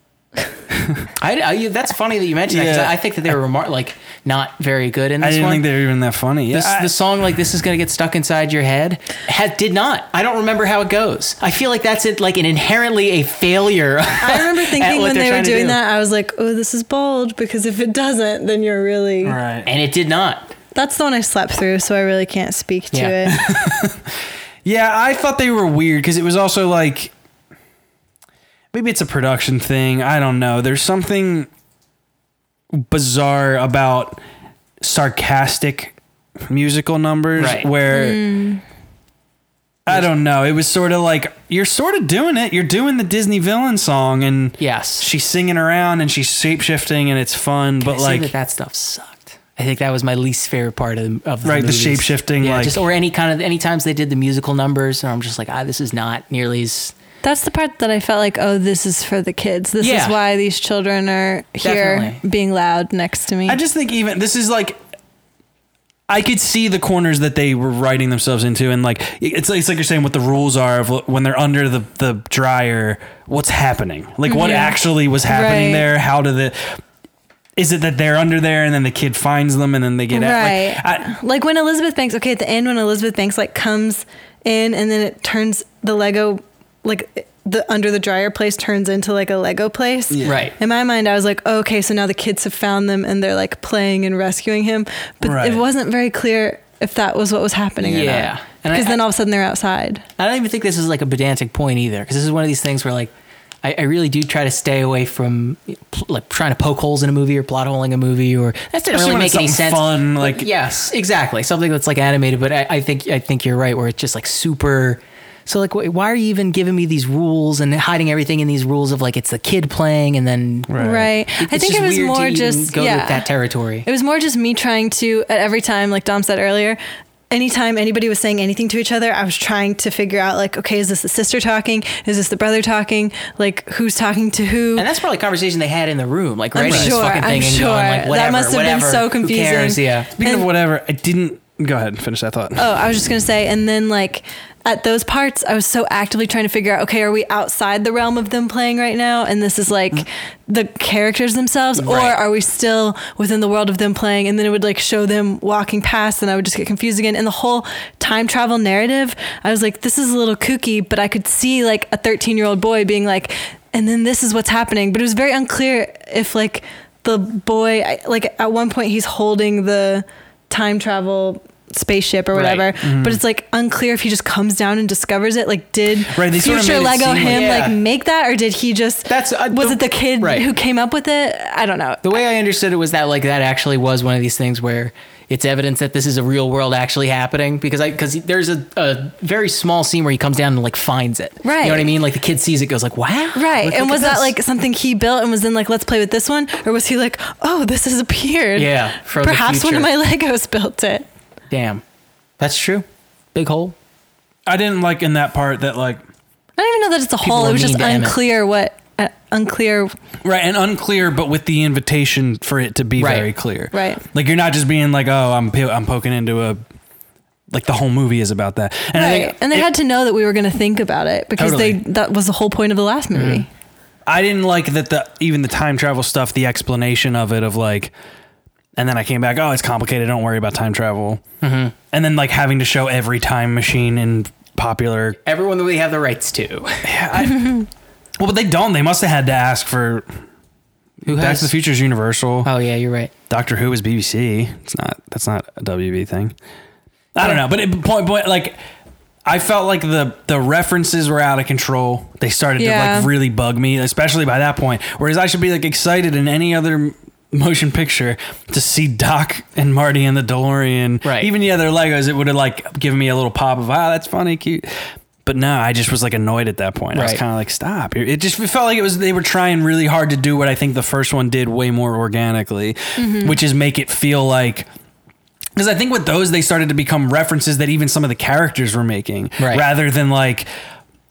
Speaker 2: I, I- that's funny that you mentioned that 'cause
Speaker 1: Yeah.
Speaker 2: I, I think that they were remar- like not very good in
Speaker 1: I
Speaker 2: this
Speaker 1: didn't
Speaker 2: one.
Speaker 1: think they were even that funny.
Speaker 2: this,
Speaker 1: I-
Speaker 2: the song like this is gonna get stuck inside your head had, did not. I don't remember how it goes. I feel like that's it, like an inherently a failure.
Speaker 3: I remember thinking
Speaker 2: what
Speaker 3: when
Speaker 2: they're
Speaker 3: they were
Speaker 2: trying to do.
Speaker 3: doing that, I was like, oh, this is bold because if it doesn't, then you're really.
Speaker 1: right.
Speaker 2: and it did not.
Speaker 3: That's the one I slept through, so I really can't speak to
Speaker 2: Yeah.
Speaker 3: it.
Speaker 1: Yeah, I thought they were weird because it was also like maybe it's a production thing. I don't know. There's something bizarre about sarcastic musical numbers
Speaker 2: Right.
Speaker 1: where I don't know. It was sort of like you're sort of doing it. You're doing the Disney villain song and
Speaker 2: Yes.
Speaker 1: she's singing around and she's shapeshifting and it's fun, but
Speaker 2: I say
Speaker 1: like
Speaker 2: that, that stuff sucked. I think that was my least favorite part of, of the
Speaker 1: Right, the
Speaker 2: movies.
Speaker 1: shape-shifting,
Speaker 2: yeah,
Speaker 1: like-
Speaker 2: just or any kind of any times they did the musical numbers, and I'm just like, ah, this is not nearly as
Speaker 3: That's the part that I felt like, oh, this is for the kids. This
Speaker 2: Yeah.
Speaker 3: is why these children are here
Speaker 2: Definitely.
Speaker 3: being loud next to me.
Speaker 1: I just think even this is like I could see the corners that they were writing themselves into, and like it's it's like you're saying what the rules are of what- when they're under the the dryer, what's happening, like what
Speaker 3: Yeah.
Speaker 1: actually was happening
Speaker 3: Right.
Speaker 1: there, how did the is it that they're under there and then the kid finds them and then they get
Speaker 3: right.
Speaker 1: out? Like, I,
Speaker 3: like, when Elizabeth Banks, okay, at the end when Elizabeth Banks like comes in and then it turns the Lego, like the under the dryer place turns into like a Lego place.
Speaker 2: right.
Speaker 3: In my mind, I was like, oh, okay, so now the kids have found them and they're like playing and rescuing him. But
Speaker 1: Right.
Speaker 3: it wasn't very clear if that was what was happening or
Speaker 2: Yeah.
Speaker 3: not.
Speaker 2: And I-
Speaker 3: Because then all of a sudden they're outside.
Speaker 2: I don't even think this is like a pedantic point either, because this is one of these things where like I, I really do try to stay away from pl- like trying to poke holes in a movie or plot holing a movie or that doesn't
Speaker 1: Especially
Speaker 2: really
Speaker 1: when it's
Speaker 2: make any
Speaker 1: something
Speaker 2: sense.
Speaker 1: fun, like-
Speaker 2: yes, exactly, something that's like animated. But I, I think I think you're right, where it's just like super. So like, wh- why are you even giving me these rules and hiding everything in these rules of like it's the kid playing and then
Speaker 1: Right.
Speaker 3: Right.
Speaker 2: It-
Speaker 3: I
Speaker 2: it's
Speaker 3: think it was
Speaker 2: weird to
Speaker 3: more
Speaker 2: even
Speaker 3: just,
Speaker 2: go
Speaker 3: yeah.
Speaker 2: to that territory.
Speaker 3: it was more just me trying to, at every time, like Dom said earlier, anytime anybody was saying anything to each other, I was trying to figure out, like, okay, is this the sister talking? Is this the brother talking? Like, who's talking to who?
Speaker 2: And that's probably a conversation they had in the room, like
Speaker 3: I'm
Speaker 2: writing this
Speaker 3: sure,
Speaker 2: fucking
Speaker 3: I'm
Speaker 2: thing and
Speaker 3: sure.
Speaker 2: going like
Speaker 3: That
Speaker 2: whatever.
Speaker 3: must have been
Speaker 2: whatever,
Speaker 3: so
Speaker 2: Who
Speaker 3: confusing.
Speaker 2: cares? Yeah.
Speaker 1: speaking of
Speaker 3: And-
Speaker 1: whatever, I didn't go ahead and finish that thought.
Speaker 3: Oh, I was just gonna say, and then like at those parts, I was so actively trying to figure out, okay, are we outside the realm of them playing right now, and this is like the characters themselves, or
Speaker 2: Right.
Speaker 3: are we still within the world of them playing? And then it would like show them walking past, and I would just get confused again. And the whole time travel narrative, I was like, this is a little kooky, but I could see like a thirteen-year-old boy being like, and then this is what's happening, but it was very unclear if like the boy, I- like at one point, he's holding the time travel spaceship or
Speaker 2: Right. Mm-hmm.
Speaker 3: whatever but it's like unclear if he just comes down and discovers it like did
Speaker 1: Right, they sorta
Speaker 3: future
Speaker 1: made it
Speaker 3: lego
Speaker 1: seem like-
Speaker 3: him
Speaker 2: Yeah.
Speaker 3: like make that or did he just
Speaker 2: That's- I-
Speaker 3: was
Speaker 2: the-
Speaker 3: it the kid
Speaker 2: right.
Speaker 3: who came up with it i don't know
Speaker 2: The way I understood it was that like that actually was one of these things where it's evidence that this is a real world actually happening because I because there's a, a very small scene where he comes down and like finds it. You know what I
Speaker 3: Right.
Speaker 2: mean? Like the kid sees it, goes like, "Wow!"
Speaker 3: right
Speaker 2: look-
Speaker 3: and
Speaker 2: look
Speaker 3: was
Speaker 2: at
Speaker 3: that
Speaker 2: this."
Speaker 3: like something he built and was then like let's play with this one or was he like oh this has appeared
Speaker 2: Yeah, from the
Speaker 3: perhaps one of my
Speaker 2: future.
Speaker 3: legos built it
Speaker 2: damn? That's true. Big hole.
Speaker 1: I didn't like in that part that like
Speaker 3: i don't even know that it's a
Speaker 2: People
Speaker 3: whole
Speaker 2: are
Speaker 3: it was
Speaker 2: mean
Speaker 3: just
Speaker 2: to Emmett.
Speaker 3: unclear what uh, unclear.
Speaker 1: Right, and unclear, but with the invitation for it to be
Speaker 2: Right.
Speaker 1: very clear.
Speaker 3: Right.
Speaker 1: Like you're not just being like, oh, I'm po- I'm poking into a. Like the whole movie is about that, and I
Speaker 3: Right.
Speaker 1: think
Speaker 3: And they
Speaker 1: it-
Speaker 3: had to know that we were going to think about it because they
Speaker 1: Totally.
Speaker 3: that was the whole point of the last movie.
Speaker 2: Mm-hmm.
Speaker 1: I didn't like that the even the time travel stuff, the explanation of it of like, and then I came back. Oh, it's complicated. Don't worry about time travel. Mm-hmm. And then like having to show every time machine in popular.
Speaker 2: Everyone that we have the rights to.
Speaker 1: Well, but they don't. They must have had to ask for.
Speaker 2: Who
Speaker 1: Back to the Future is Universal.
Speaker 2: Oh yeah, you're right.
Speaker 1: Doctor Who is BBC. It's not. That's not a WB thing. I don't know, but it, point point like I felt like the the references were out of control. They started to
Speaker 3: Yeah.
Speaker 1: like really bug me, especially by that point. Whereas I should be like excited in any other m- motion picture to see Doc and Marty and the DeLorean.
Speaker 2: Right.
Speaker 1: Even the other Legos, it would have like given me a little pop of ah, that's funny, cute. But no, I just was like annoyed at that point. I was
Speaker 2: Right.
Speaker 1: kind of like, stop. It it just it felt like it was they were trying really hard to do what I think the first one did way more organically,
Speaker 3: Mm-hmm.
Speaker 1: which is make it feel like because I think with those they started to become references that even some of the characters were making,
Speaker 2: Right.
Speaker 1: rather than like,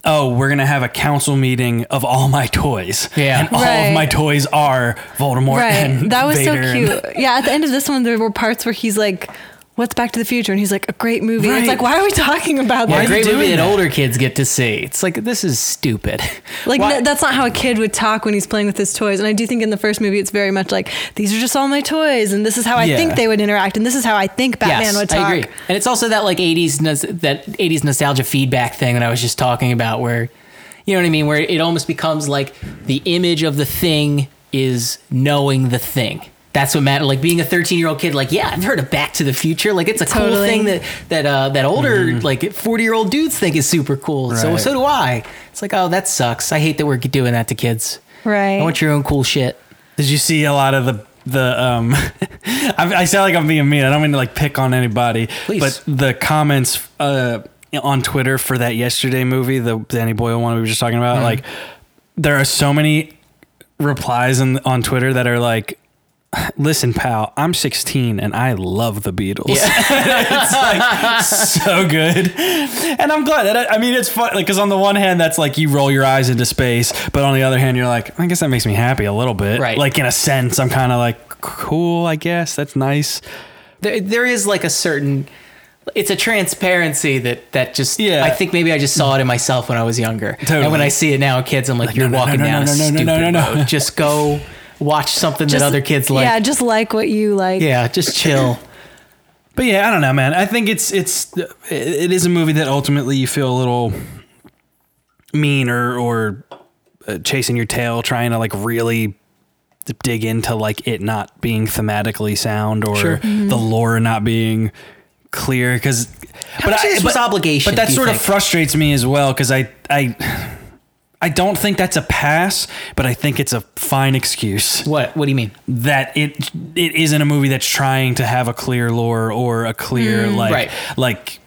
Speaker 1: oh, we're gonna have a council meeting of all my toys,
Speaker 2: Yeah.
Speaker 1: and all of
Speaker 3: Right.
Speaker 1: my toys are Voldemort.
Speaker 3: Right.
Speaker 1: and
Speaker 3: That was
Speaker 1: Vader
Speaker 3: so
Speaker 1: and-
Speaker 3: cute. yeah. At the end of this one, there were parts where he's like, What's Back to the Future? And he's like, A great movie. And It's
Speaker 1: Right.
Speaker 3: like, Why are we talking about
Speaker 1: Why
Speaker 2: Yeah,
Speaker 1: are
Speaker 3: that?
Speaker 1: you
Speaker 2: great
Speaker 1: doing
Speaker 2: movie that,
Speaker 1: that?
Speaker 2: older kids get to see. It's like this is stupid.
Speaker 3: Like,
Speaker 2: Why-
Speaker 3: no, that's not how a kid would talk when he's playing with his toys. And I do think in the first movie, it's very much like, These are just all my toys. And this is how I
Speaker 1: Yeah.
Speaker 3: think they would interact. And this is how I think Batman
Speaker 2: Yes,
Speaker 3: would talk.
Speaker 2: I agree. And it's also that like '80s nos- that '80s nostalgia feedback thing that I was just talking about, where you know what I mean, where it almost becomes like the image of the thing is knowing the thing. That's what matters. Like being a 13 year old kid, like yeah, I've heard of Back to the Future. Like it's a cool
Speaker 3: Totally.
Speaker 2: thing that that uh, that older like 40 year old dudes think is super cool. So
Speaker 1: Right.
Speaker 2: so do I. It's like oh that sucks. I hate that we're doing that to kids.
Speaker 3: Right.
Speaker 2: I want your own cool shit.
Speaker 1: Did you see a lot of the the um? I, I sound like I'm being mean. I don't mean to like pick on anybody,
Speaker 2: Please.
Speaker 1: but the comments uh on Twitter for that yesterday movie, the Danny Boyle one we were just talking about, like there are so many replies on on Twitter that are like. Listen, pal, I'm 16 and I love the Beatles. it's like so good. And I'm glad that I, I mean, it's fun. Like, cause on the one hand, that's like you roll your eyes into space, but on the other hand, you're like, I guess that makes me happy a little bit.
Speaker 2: Right.
Speaker 1: Like, in a sense, I'm kind of like, cool, I guess. That's nice.
Speaker 2: there, there is like a certain it's a transparency that that just
Speaker 1: Yeah.
Speaker 2: i think maybe i just saw it in myself when i was younger
Speaker 1: Totally.
Speaker 2: and when i see it now in kids i'm like, you're
Speaker 1: no, no,
Speaker 2: walking
Speaker 1: no, no,
Speaker 2: down a
Speaker 1: no, no, no,
Speaker 2: stupid
Speaker 1: no, no, no."
Speaker 2: road just go watch something
Speaker 3: Just-
Speaker 2: that other kids like
Speaker 3: Yeah.
Speaker 2: yeah,
Speaker 3: Just like what you like.
Speaker 2: just chill
Speaker 1: But yeah, I don't know, man. I think it's, it's, it is a movie that ultimately you feel a little mean or, or uh, chasing your tail, trying to like really dig into like it not being thematically sound or
Speaker 2: Sure.
Speaker 1: the lore not being clear. Cause, but
Speaker 2: much of this was obligation,
Speaker 1: But that
Speaker 2: do you
Speaker 1: sort of
Speaker 2: think?
Speaker 1: frustrates me as well because I, I, I don't think that's a pass, but I think it's a fine excuse
Speaker 2: what what do you mean
Speaker 1: that it it isn't a movie that's trying to have a clear lore or a clear like
Speaker 2: Mm. Right.
Speaker 1: like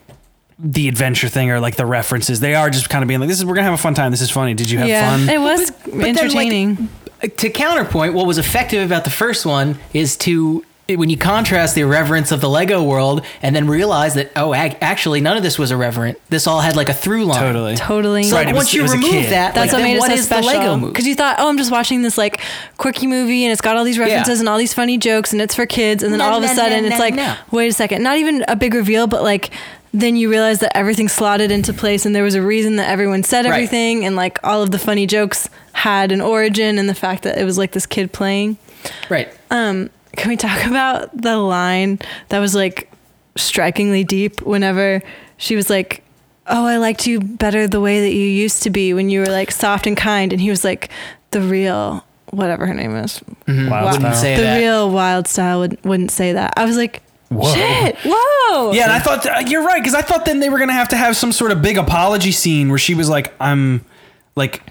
Speaker 1: the adventure thing or like the references. They are just kind of being like, "This is we're gonna have a fun time. This is funny. Did you have
Speaker 3: Yeah.
Speaker 1: fun?"
Speaker 3: It was
Speaker 2: then, like,
Speaker 3: entertaining.
Speaker 2: to counterpoint, what was effective about the first one is to when you contrast the irreverence of the Lego world and then realize that oh, ac actually none of this was irreverent. This all had like a through line.
Speaker 1: Totally.
Speaker 3: Totally.
Speaker 2: So like,
Speaker 1: Right, it was-
Speaker 2: once you
Speaker 1: it was a
Speaker 2: remove
Speaker 1: kid.
Speaker 2: that, like,
Speaker 3: That's what
Speaker 2: then
Speaker 3: made it
Speaker 2: what
Speaker 3: so
Speaker 2: is the Lego
Speaker 3: special.
Speaker 2: movie?
Speaker 3: Because you thought, oh, I'm just watching this like quirky movie and it's got all these references
Speaker 2: Yeah.
Speaker 3: and all these funny jokes and it's for kids. And then
Speaker 2: No,
Speaker 3: all of a
Speaker 2: no,
Speaker 3: sudden
Speaker 2: no,
Speaker 3: it's
Speaker 2: no,
Speaker 3: like,
Speaker 2: no.
Speaker 3: wait a second, not even a big reveal, but like then you realize that everything slotted into place and there was a reason that everyone said
Speaker 2: Right.
Speaker 3: everything and like all of the funny jokes had an origin and the fact that it was like this kid playing.
Speaker 2: Right.
Speaker 3: Um, can we talk about the line that was like strikingly deep whenever she was like, Oh, I liked you better the way that you used to be when you were like soft and kind. And he was like, The real, whatever her name is,
Speaker 1: Hmm. Wild
Speaker 3: Wow.
Speaker 1: style.
Speaker 2: Wouldn't say
Speaker 3: the
Speaker 2: that.
Speaker 3: real wild style would, wouldn't say that. I was like,
Speaker 1: Whoa.
Speaker 3: Shit, whoa.
Speaker 1: Yeah, and I thought uh, you're right because I thought then they were gonna have to have some sort of big apology scene where she was like, "I'm like."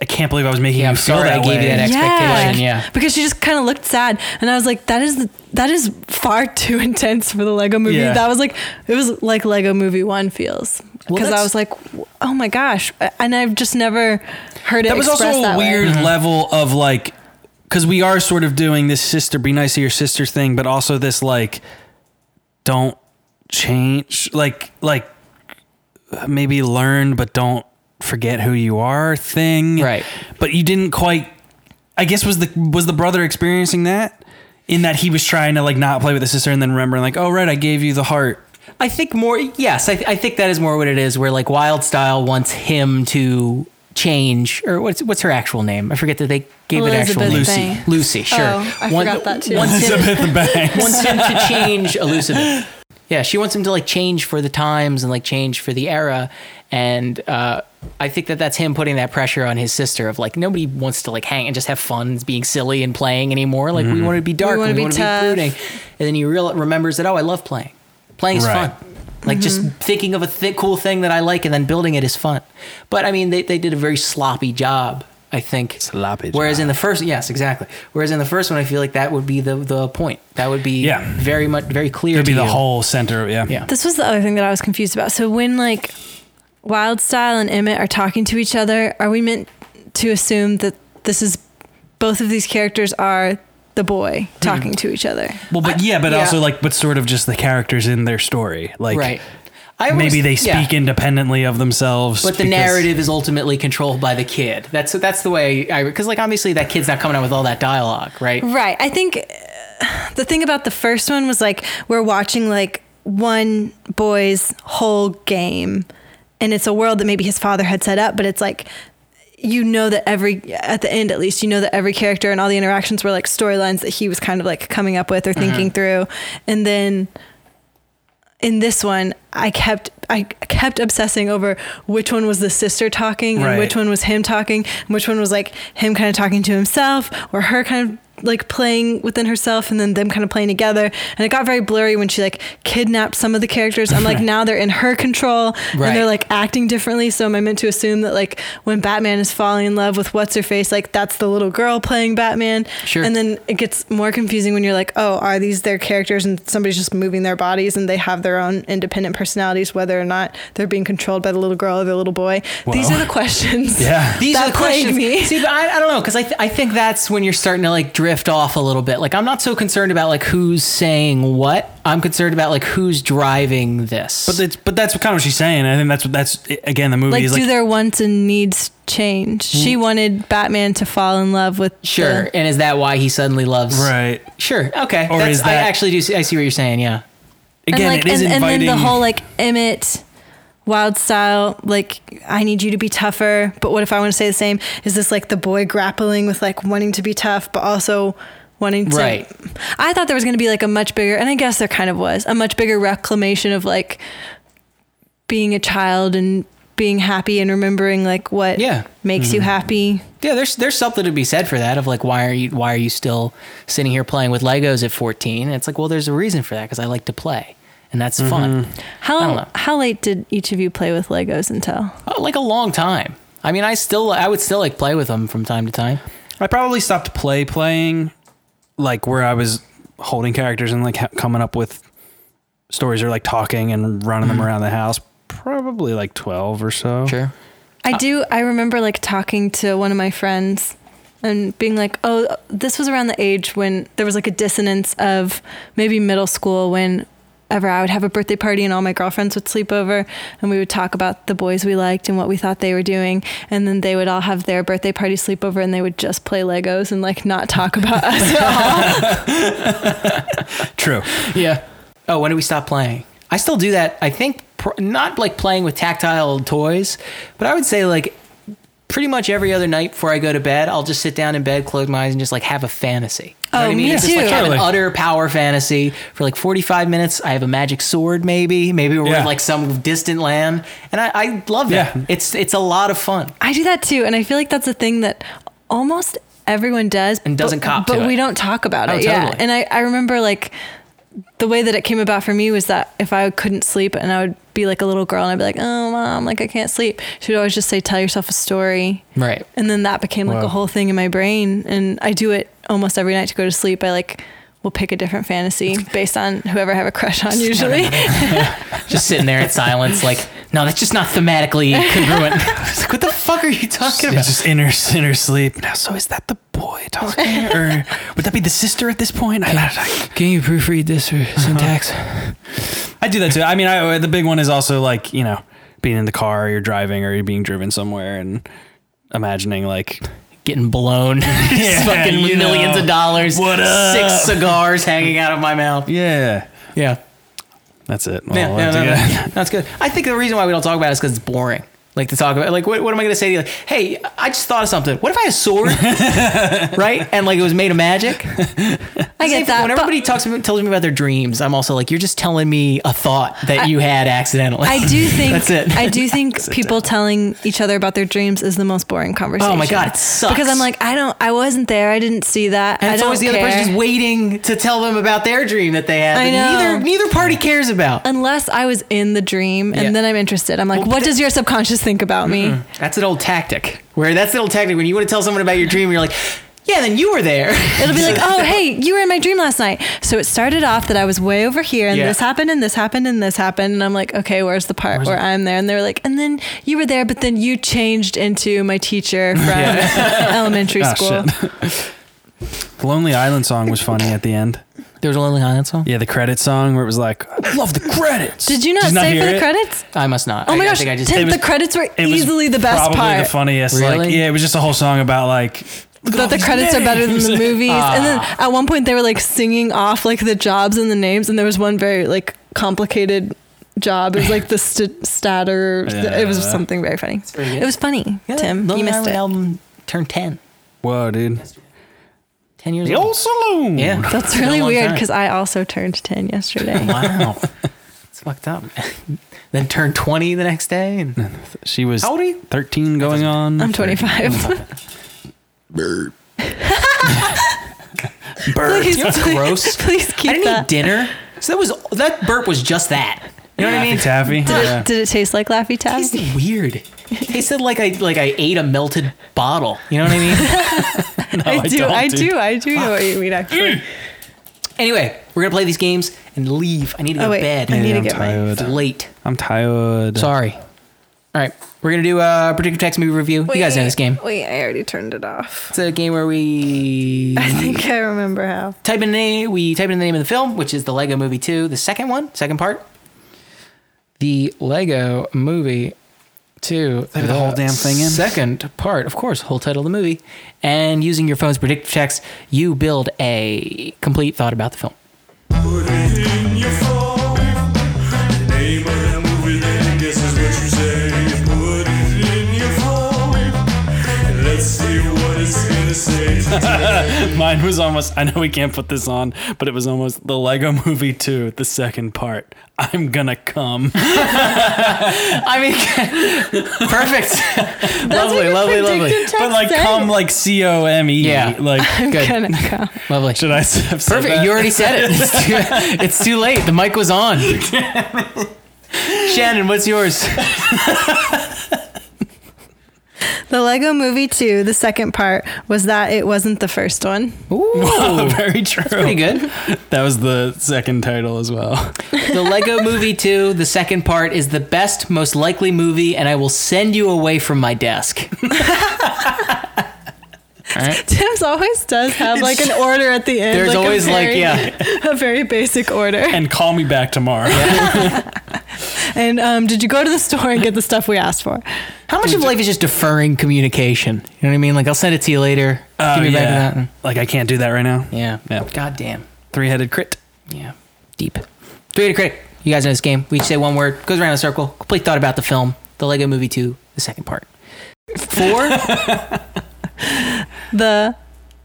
Speaker 1: I can't believe I was making
Speaker 2: Yeah,
Speaker 1: you
Speaker 2: I'm
Speaker 1: feel
Speaker 2: sorry
Speaker 1: that
Speaker 2: I gave you
Speaker 1: way."
Speaker 2: that expectation, yeah.
Speaker 3: Because she just kind of looked sad, and I was like, "That is that is far too intense for the Lego movie."
Speaker 1: Yeah.
Speaker 3: That was like it was like Lego Movie One feels
Speaker 2: Well,
Speaker 3: because I
Speaker 2: that's-
Speaker 3: was like, "Oh my gosh!" And I've just never heard it.
Speaker 1: that was also
Speaker 3: expressed
Speaker 1: a
Speaker 3: that way.
Speaker 1: weird level of like because we are sort of doing this sister be nice to your sister thing but also this like don't change like like maybe learn but don't forget who you are thing.
Speaker 2: Right.
Speaker 1: But you didn't quite I guess was the was the brother experiencing that? In that he was trying to like not play with the sister and then remembering like, oh right, I gave you the heart.
Speaker 2: I think more. Yes, I, I think that is more what it is. Where like Wild Style wants him to change, or what's what's her actual name? I forget that they gave it
Speaker 3: Elizabeth
Speaker 2: actual
Speaker 1: Lucy.
Speaker 3: Banks.
Speaker 2: Lucy, sure.
Speaker 3: Oh, I forgot that too.
Speaker 2: Wants him,
Speaker 1: Banks.
Speaker 2: wants him to change Elizabeth. Yeah, she wants him to like change for the times and like change for the era, and uh, I think that that's him putting that pressure on his sister of like nobody wants to like hang and just have fun, being silly and playing anymore. Like
Speaker 1: Mm-hmm.
Speaker 2: we want to be dark,
Speaker 3: wanna
Speaker 2: and
Speaker 3: be
Speaker 2: we want to
Speaker 3: tough.
Speaker 2: be brooding, and then you real remembers that oh, I love playing. Playing is
Speaker 1: Right.
Speaker 2: fun. Like just
Speaker 3: Mm-hmm.
Speaker 2: thinking of a th- cool thing that I like and then building it is fun. But I mean, they, they did a very sloppy job, I think.
Speaker 1: Sloppy
Speaker 2: Whereas
Speaker 1: job.
Speaker 2: in the first, yes, exactly. Whereas in the first one, I feel like that would be the the point. That would be
Speaker 1: Yeah.
Speaker 2: very much very clear.
Speaker 1: It'd be
Speaker 2: to
Speaker 1: the
Speaker 2: you.
Speaker 1: whole center, yeah.
Speaker 2: Yeah.
Speaker 3: This was the other thing that I was confused about. So when like Wild Style and Emmett are talking to each other, are we meant to assume that this is both of these characters are the boy
Speaker 1: Hmm.
Speaker 3: talking to each other?
Speaker 1: Well, but
Speaker 2: I-
Speaker 1: yeah, but
Speaker 2: yeah.
Speaker 1: also like, but sort of just the characters in their story, like
Speaker 2: right. I was-
Speaker 1: maybe they
Speaker 2: yeah.
Speaker 1: speak independently of themselves.
Speaker 2: But the
Speaker 1: because-
Speaker 2: narrative is ultimately controlled by the kid. That's that's the way I because like obviously that kid's not coming out with all that dialogue, right?
Speaker 3: Right. I think uh, the thing about the first one was like we're watching like one boy's whole game and it's a world that maybe his father had set up, but it's like you know that every at the end at least you know that every character and all the interactions were like storylines that he was kind of like coming up with or thinking through and then in this one i kept i kept obsessing over which one was the sister talking
Speaker 1: Right.
Speaker 3: and which one was him talking and which one was like him kind of talking to himself or her kind of like playing within herself and then them kind of playing together and it got very blurry when she like kidnapped some of the characters i'm like now they're in her control and
Speaker 2: Right.
Speaker 3: they're like acting differently so am i meant to assume that like when batman is falling in love with what's her face like that's the little girl playing batman
Speaker 2: Sure.
Speaker 3: and then it gets more confusing when you're like, oh, are these their characters and somebody's just moving their bodies and they have their own independent personalities, whether or not they're being controlled by the little girl or the little boy? These
Speaker 1: Wow.
Speaker 3: are the questions.
Speaker 1: Yeah.
Speaker 2: These
Speaker 3: that
Speaker 2: are the questions.
Speaker 3: plague me.
Speaker 2: See, but I, I don't know because I, th- I think that's when you're starting to like drift off a little bit. Like I'm not so concerned about like who's saying what. I'm concerned about like who's driving this.
Speaker 1: But it's, but that's kind of what she's saying. I think that's what that's again the movie
Speaker 3: Like,
Speaker 1: is
Speaker 3: do
Speaker 1: like Mm.
Speaker 3: their wants and needs change? She wanted Batman to fall in love with.
Speaker 2: sure.
Speaker 3: the-
Speaker 2: and is that why he suddenly loves?
Speaker 1: right
Speaker 2: Sure. Okay.
Speaker 1: Or
Speaker 2: That's-
Speaker 1: is that-
Speaker 2: I actually do. See, I see what you're saying. Yeah.
Speaker 1: again.
Speaker 3: and like,
Speaker 1: it is
Speaker 3: and,
Speaker 1: inviting.
Speaker 3: and then the whole like Emmett wild style like i need you to be tougher but what if i want to say the same is this like the boy grappling with like wanting to be tough but also wanting to
Speaker 2: Right.
Speaker 3: i thought there was going to be like a much bigger and i guess there kind of was a much bigger reclamation of like being a child and being happy and remembering like what
Speaker 2: Yeah.
Speaker 3: makes
Speaker 1: Mm-hmm.
Speaker 3: you happy
Speaker 2: Yeah. There's there's something to be said for that. Of like, why are you why are you still sitting here playing with Legos at 14? And it's like, well, there's a reason for that because I like to play. And that's fun.
Speaker 1: Mm-hmm.
Speaker 2: I don't know.
Speaker 3: how how late did each of you play with legos until
Speaker 2: Oh, like a long time. I mean, I still, I would still like play with them from time to time.
Speaker 1: I probably stopped play playing, like where I was holding characters and like ha- coming up with stories or like talking and running them around the house. Probably like twelve or so.
Speaker 2: Sure.
Speaker 3: I do. I remember like talking to one of my friends and being like, oh, this was around the age when there was like a dissonance of maybe middle school when. Ever, I would have a birthday party and all my girlfriends would sleep over, and we would talk about the boys we liked and what we thought they were doing. And then they would all have their birthday party sleepover, and they would just play Legos and like not talk about us at all.
Speaker 1: True.
Speaker 2: Yeah. Oh, when do we stop playing? I still do that. I think pr- not like playing with tactile toys, but I would say like pretty much every other night before I go to bed, I'll just sit down in bed, close my eyes, and just like have a fantasy. You know
Speaker 3: Oh,
Speaker 2: what I mean?
Speaker 3: me
Speaker 2: It's just,
Speaker 3: too.
Speaker 2: like have an
Speaker 1: Totally.
Speaker 2: utter power fantasy for like 45 minutes. I have a magic sword, maybe. Maybe we're
Speaker 1: Yeah.
Speaker 2: in like some distant land, and I, I love that.
Speaker 1: Yeah.
Speaker 2: It's it's a lot of fun.
Speaker 3: I do that too, and I feel like that's a thing that almost everyone does
Speaker 2: And doesn't
Speaker 3: but,
Speaker 2: cop to
Speaker 3: But
Speaker 2: it.
Speaker 3: we don't talk about
Speaker 2: Oh,
Speaker 3: it. Yeah,
Speaker 2: totally.
Speaker 3: and I, I remember like the way that it came about for me was that if I couldn't sleep and I would be like a little girl and I'd be like, oh mom, like I can't sleep, she would always just say, tell yourself a story.
Speaker 2: Right.
Speaker 3: And then that became like
Speaker 1: Wow.
Speaker 3: a whole thing in my brain, and I do it almost every night to go to sleep. I like will pick a different fantasy based on whoever I have a crush on usually.
Speaker 2: just sitting there in silence, like, no, that's just not thematically congruent. It's like, what the fuck are you talking about?
Speaker 1: It's just inner inner sleep. Now, so is that the boy talking, or would that be the sister at this point? I, I,
Speaker 2: Can you Uh-huh. proofread this or syntax?
Speaker 1: I do that too. I mean, I, the big one is also like you know being in the car, or you're driving, or you're being driven somewhere, and imagining like
Speaker 2: Getting blown, Just fucking
Speaker 1: you
Speaker 2: millions
Speaker 1: know.
Speaker 2: of dollars,
Speaker 1: What up?
Speaker 2: six cigars hanging out of my mouth.
Speaker 1: yeah,
Speaker 2: Yeah,
Speaker 1: that's it.
Speaker 2: yeah,
Speaker 1: Well,
Speaker 2: yeah,
Speaker 1: that's
Speaker 2: no, no,
Speaker 1: it.
Speaker 2: no. that's good. I think the reason why we don't talk about it is because it's boring. Like to talk about, like, what, what am I going to say to you? Like, hey, I just thought of something. What if I had a sword, right? And like it was made of magic.
Speaker 3: I get that.
Speaker 2: When
Speaker 3: but-
Speaker 2: everybody talks about, tells me about their dreams, I'm also like, you're just telling me a thought that you had accidentally.
Speaker 3: I do think
Speaker 2: That's it.
Speaker 3: I do think people telling each other about their dreams is the most boring conversation.
Speaker 2: oh my god, it sucks.
Speaker 3: Because I'm like, I don't, I wasn't there. I didn't see that.
Speaker 2: and
Speaker 3: I
Speaker 2: it's
Speaker 3: don't
Speaker 2: always the
Speaker 3: care.
Speaker 2: other person just waiting to tell them about their dream that they had. that
Speaker 3: I know.
Speaker 2: Neither neither party cares about.
Speaker 3: Unless I was in the dream and
Speaker 2: Yeah.
Speaker 3: then I'm interested. I'm like,
Speaker 2: Well,
Speaker 3: what
Speaker 2: but-
Speaker 3: does your subconscious think about me?
Speaker 2: That's an old tactic. Where that's the old tactic when you want to tell someone about your dream, you're like, yeah, then you were there.
Speaker 3: It'll be like, oh, hey, you were in my dream last night. So it started off that I was way over here and
Speaker 2: Yeah.
Speaker 3: this happened and this happened and this happened. And I'm like, okay, where's the part where I'm there? And they were like, and then you were there, but then you changed into my teacher from elementary
Speaker 2: Oh,
Speaker 1: Ah,
Speaker 3: school.
Speaker 1: shit. The Lonely Island song was funny at the end.
Speaker 2: There was a Lonely Island song.
Speaker 1: Yeah, the credit song where it was like, I love the credits.
Speaker 3: Did you not
Speaker 1: Did
Speaker 3: say for
Speaker 1: hear
Speaker 3: the
Speaker 1: it?
Speaker 3: credits?
Speaker 2: I must not.
Speaker 3: Oh my
Speaker 2: I, I
Speaker 3: gosh,
Speaker 2: think I just
Speaker 3: Ted,
Speaker 1: It was-
Speaker 3: the credits were
Speaker 1: It was
Speaker 3: easily the best
Speaker 1: probably
Speaker 3: part.
Speaker 1: the funniest. Like,
Speaker 2: Really?
Speaker 1: yeah, it was just a whole song about like
Speaker 3: that the credits are better than the movies. and then
Speaker 2: Ah.
Speaker 3: at one point they were like singing off like the jobs and the names, and there was one very like complicated job. It was like the st- statter.
Speaker 1: Yeah.
Speaker 3: It was something very funny.
Speaker 2: pretty good.
Speaker 3: It was funny,
Speaker 2: Yeah,
Speaker 3: Tim.
Speaker 2: Lonely
Speaker 3: you missed
Speaker 2: Island
Speaker 3: it.
Speaker 2: album turned 10.
Speaker 1: whoa, dude,
Speaker 2: 10 years
Speaker 1: the
Speaker 2: old.
Speaker 1: old saloon.
Speaker 2: Yeah.
Speaker 3: That's
Speaker 2: Been a
Speaker 3: really
Speaker 2: long
Speaker 3: weird
Speaker 2: time.
Speaker 3: because I also turned ten yesterday.
Speaker 2: Wow. it's fucked up. then turned 20 the next day. And
Speaker 1: she was
Speaker 2: How old are you?
Speaker 1: thirteen, going on.
Speaker 3: I'm 25.
Speaker 1: Bird.
Speaker 3: please,
Speaker 2: You know what's
Speaker 3: please-
Speaker 2: gross?
Speaker 3: Please
Speaker 2: I
Speaker 3: keep
Speaker 2: didn't eat
Speaker 3: that.
Speaker 2: dinner. So that was that burp was just that. You know what I mean?
Speaker 1: Taffy.
Speaker 3: Did,
Speaker 1: Yeah.
Speaker 3: it, did it taste like Laffy Taffy?
Speaker 2: Tasted weird. Tasted like I like I ate a melted bottle. You know what I mean?
Speaker 3: I, do,
Speaker 1: don't,
Speaker 3: I
Speaker 1: dude.
Speaker 3: do, I do know what you mean actually.
Speaker 2: anyway, we're gonna play these games and leave. I need to go
Speaker 3: Oh, wait.
Speaker 2: to bed.
Speaker 3: I need
Speaker 1: Yeah,
Speaker 3: to
Speaker 1: I'm
Speaker 3: get my-
Speaker 1: tired.
Speaker 2: It's late.
Speaker 1: I'm tired.
Speaker 2: Sorry. All right, we're gonna do a particular text movie review. you guys know this game.
Speaker 3: Wait, I already turned it off.
Speaker 2: It's a game where we
Speaker 3: I think I remember how.
Speaker 2: type in the name, we type in the name of the film, which is the Lego Movie 2, the second one, second part. The Lego Movie 2.
Speaker 1: They put the whole damn thing in?
Speaker 2: Second part, of course, whole title of the movie. And using your phone's predictive text, you build a complete thought about the film.
Speaker 4: Put it in your phone. The name of that movie, then I guess is what you say. Put it in your phone. And let's see what it's gonna say.
Speaker 1: Mine was almost. I know we can't put this on, but it was almost the Lego Movie 2, the second part. I'm gonna come.
Speaker 2: I mean, perfect. lovely,
Speaker 3: your
Speaker 2: lovely, lovely.
Speaker 3: predictive
Speaker 1: but
Speaker 3: text
Speaker 1: like
Speaker 3: said.
Speaker 1: come like C O M E.
Speaker 2: Yeah.
Speaker 1: Like
Speaker 2: Good.
Speaker 3: Kinda come.
Speaker 2: Lovely.
Speaker 1: should I have said
Speaker 2: Perfect.
Speaker 1: that?
Speaker 2: You already said it. It's too, it's too late. The mic was on. Shannon, what's yours?
Speaker 3: The Lego Movie 2, the second part, was that it wasn't the first one.
Speaker 2: Ooh.
Speaker 1: Very true.
Speaker 2: Pretty good.
Speaker 1: That was the second title as well.
Speaker 2: The Lego Movie 2, the second part, is the best, most likely movie, and I will send you away from my desk. All right.
Speaker 3: Tim's always does have like an order at the end.
Speaker 2: There's
Speaker 3: like, a
Speaker 2: always like,
Speaker 3: very-
Speaker 2: yeah.
Speaker 3: a very basic order.
Speaker 1: And call me back tomorrow.
Speaker 3: And um, did you go to the store and get the stuff we asked for?
Speaker 2: How much of life is just deferring communication? You know what I mean? Like, I'll send it to you later.
Speaker 1: Oh,
Speaker 2: Give me
Speaker 1: yeah.
Speaker 2: back that.
Speaker 1: Like I can't do that right now.
Speaker 2: Yeah.
Speaker 1: Yeah.
Speaker 2: God damn.
Speaker 1: Three headed crit.
Speaker 2: Yeah. Deep. Three to critic. You guys know this game. We each say one word, goes around in a circle, complete thought about the film, The Lego Movie 2, the second part. Four
Speaker 3: The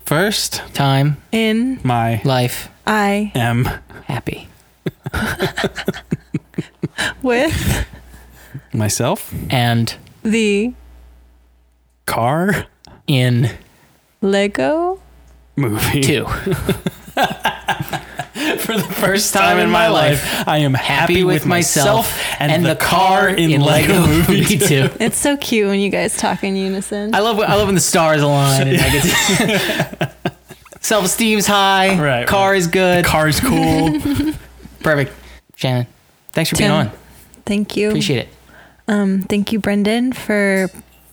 Speaker 1: First,
Speaker 2: time,
Speaker 3: in
Speaker 1: my
Speaker 2: life,
Speaker 3: I
Speaker 1: M.
Speaker 2: happy.
Speaker 3: with
Speaker 1: Myself.
Speaker 2: And
Speaker 3: the
Speaker 1: Car.
Speaker 2: in
Speaker 3: Lego.
Speaker 1: Movie.
Speaker 2: two.
Speaker 1: For the first time in my life, I am happy, with, myself and, the, car in, Lego, Movie 2.
Speaker 2: Two.
Speaker 3: It's so cute when you guys talk in unison.
Speaker 2: I love when, I love when the stars align. And I get self esteem's high.
Speaker 1: Right,
Speaker 2: Car
Speaker 1: right.
Speaker 2: is good.
Speaker 1: Car's cool.
Speaker 2: Perfect. Shannon, thanks for being
Speaker 3: Tim.
Speaker 2: on.
Speaker 3: Thank you.
Speaker 2: Appreciate it.
Speaker 3: Um, thank you, Brendan, for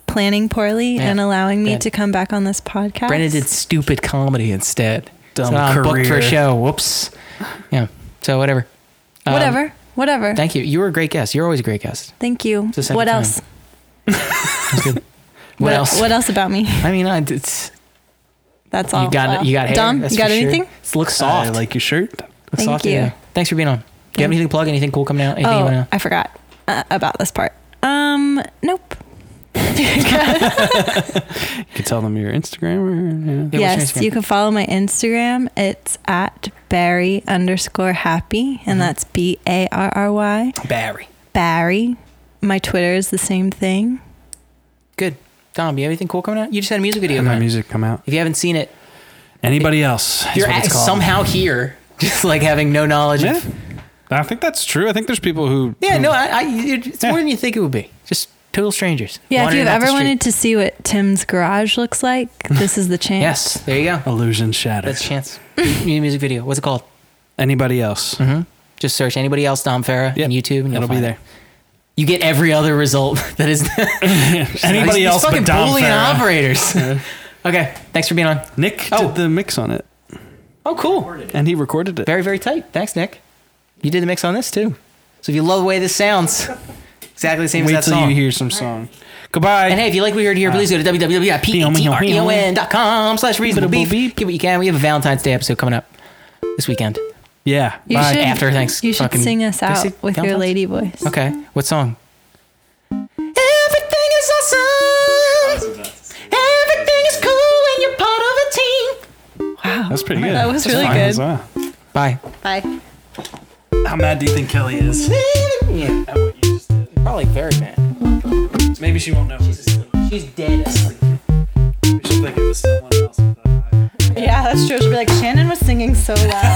Speaker 3: planning poorly
Speaker 2: Yeah.
Speaker 3: and allowing me
Speaker 2: Good.
Speaker 3: to come back on this podcast.
Speaker 2: Brendan did stupid comedy instead.
Speaker 1: Dumb
Speaker 2: so I'm booked for
Speaker 1: career.
Speaker 2: a show. Whoops. Yeah. So whatever. Um,
Speaker 3: whatever. whatever.
Speaker 2: Thank you. You were a great guest. You're always a great guest.
Speaker 3: Thank you.
Speaker 2: the second
Speaker 3: What
Speaker 2: time.
Speaker 3: else?
Speaker 2: What, else?
Speaker 3: What else about me?
Speaker 2: I mean, I, it's
Speaker 3: That's all.
Speaker 2: you got
Speaker 3: Wow.
Speaker 2: you got hair.
Speaker 3: Dom,
Speaker 2: that's
Speaker 3: you got
Speaker 2: for sure.
Speaker 3: anything?
Speaker 2: It looks soft.
Speaker 1: I like your shirt.
Speaker 2: looks
Speaker 3: Thank
Speaker 2: soft.
Speaker 3: you.
Speaker 2: yeah. Thanks for being on. Do you have
Speaker 3: Thank-
Speaker 2: anything to plug? Anything cool coming out? Anything you
Speaker 3: Oh,
Speaker 2: wanna,
Speaker 3: I forgot uh, about this part. Um, nope.
Speaker 1: You can tell them your Instagram. Or, yeah.
Speaker 2: your
Speaker 3: yes,
Speaker 2: Instagram?
Speaker 3: you can follow my Instagram. It's at Barry underscore happy,
Speaker 2: Mm-hmm.
Speaker 3: and that's B A R R Y.
Speaker 2: Barry.
Speaker 3: Barry. My Twitter is the same thing.
Speaker 2: Good. Dom, you have anything cool coming out? You just had a music video.
Speaker 1: And my
Speaker 2: coming out.
Speaker 1: music come out.
Speaker 2: If you haven't seen it,
Speaker 1: Anybody else? is
Speaker 2: you're
Speaker 1: what
Speaker 2: at,
Speaker 1: it's called.
Speaker 2: somehow here, just like having no knowledge
Speaker 1: Yeah.
Speaker 2: of
Speaker 1: I think that's true. I think there's people who.
Speaker 2: Yeah,
Speaker 1: who-
Speaker 2: no, I, I it- it's
Speaker 1: Yeah.
Speaker 2: more than you think it would be. Just total strangers.
Speaker 3: Yeah, if
Speaker 2: wandering
Speaker 3: you've
Speaker 2: off the
Speaker 3: ever
Speaker 2: street. Hmm.
Speaker 3: wanted to see what Tim's garage looks like, this is the chance.
Speaker 2: Yes, there you go.
Speaker 1: Illusion shattered.
Speaker 2: That's a chance. New music video. What's it called?
Speaker 1: Anybody else?
Speaker 2: Just search anybody else Dom Farah
Speaker 1: Mm-hmm. Yep.
Speaker 2: on YouTube, and Mm-hmm. you'll
Speaker 1: It'll be
Speaker 2: find
Speaker 1: there.
Speaker 2: It. You get every other result that is
Speaker 1: Anybody
Speaker 2: He's
Speaker 1: else
Speaker 2: fucking
Speaker 1: but Dom
Speaker 2: bullying
Speaker 1: Farah.
Speaker 2: operators. okay, thanks for being on.
Speaker 1: Nick
Speaker 2: Oh.
Speaker 1: did the mix on it,
Speaker 2: Oh, cool.
Speaker 1: and he recorded it.
Speaker 2: Very very tight. Thanks, Nick. You did the mix on this too. So if you love the way this sounds, exactly the same
Speaker 1: Wait
Speaker 2: as that
Speaker 1: till
Speaker 2: song.
Speaker 1: you hear Uh, some song. Goodbye.
Speaker 2: And hey, if you like what you heard here, please go to E www.patreon.com slash
Speaker 1: E
Speaker 2: reasonable beef. Get what you can. We have a Valentine's Day episode coming up this weekend.
Speaker 1: yeah.
Speaker 3: You
Speaker 1: bye.
Speaker 3: should
Speaker 2: After thanks-
Speaker 3: You should
Speaker 2: fucking-
Speaker 3: sing us
Speaker 2: Can I
Speaker 3: out
Speaker 2: sing
Speaker 3: with your
Speaker 2: Valentine's?
Speaker 3: lady voice.
Speaker 2: Okay. What song? Everything is awesome. Everything is cool when you're part of a team.
Speaker 1: That's pretty good.
Speaker 3: That was really
Speaker 1: fine
Speaker 3: good.
Speaker 1: as well.
Speaker 2: Bye.
Speaker 3: Bye.
Speaker 1: How mad do you think Kelly is?
Speaker 2: Yeah, probably very mad.
Speaker 1: Maybe she won't know. She's
Speaker 2: She's dead.
Speaker 1: thinking it was someone else.
Speaker 3: Yeah, that's true. She'll be like, Shannon was singing so loud.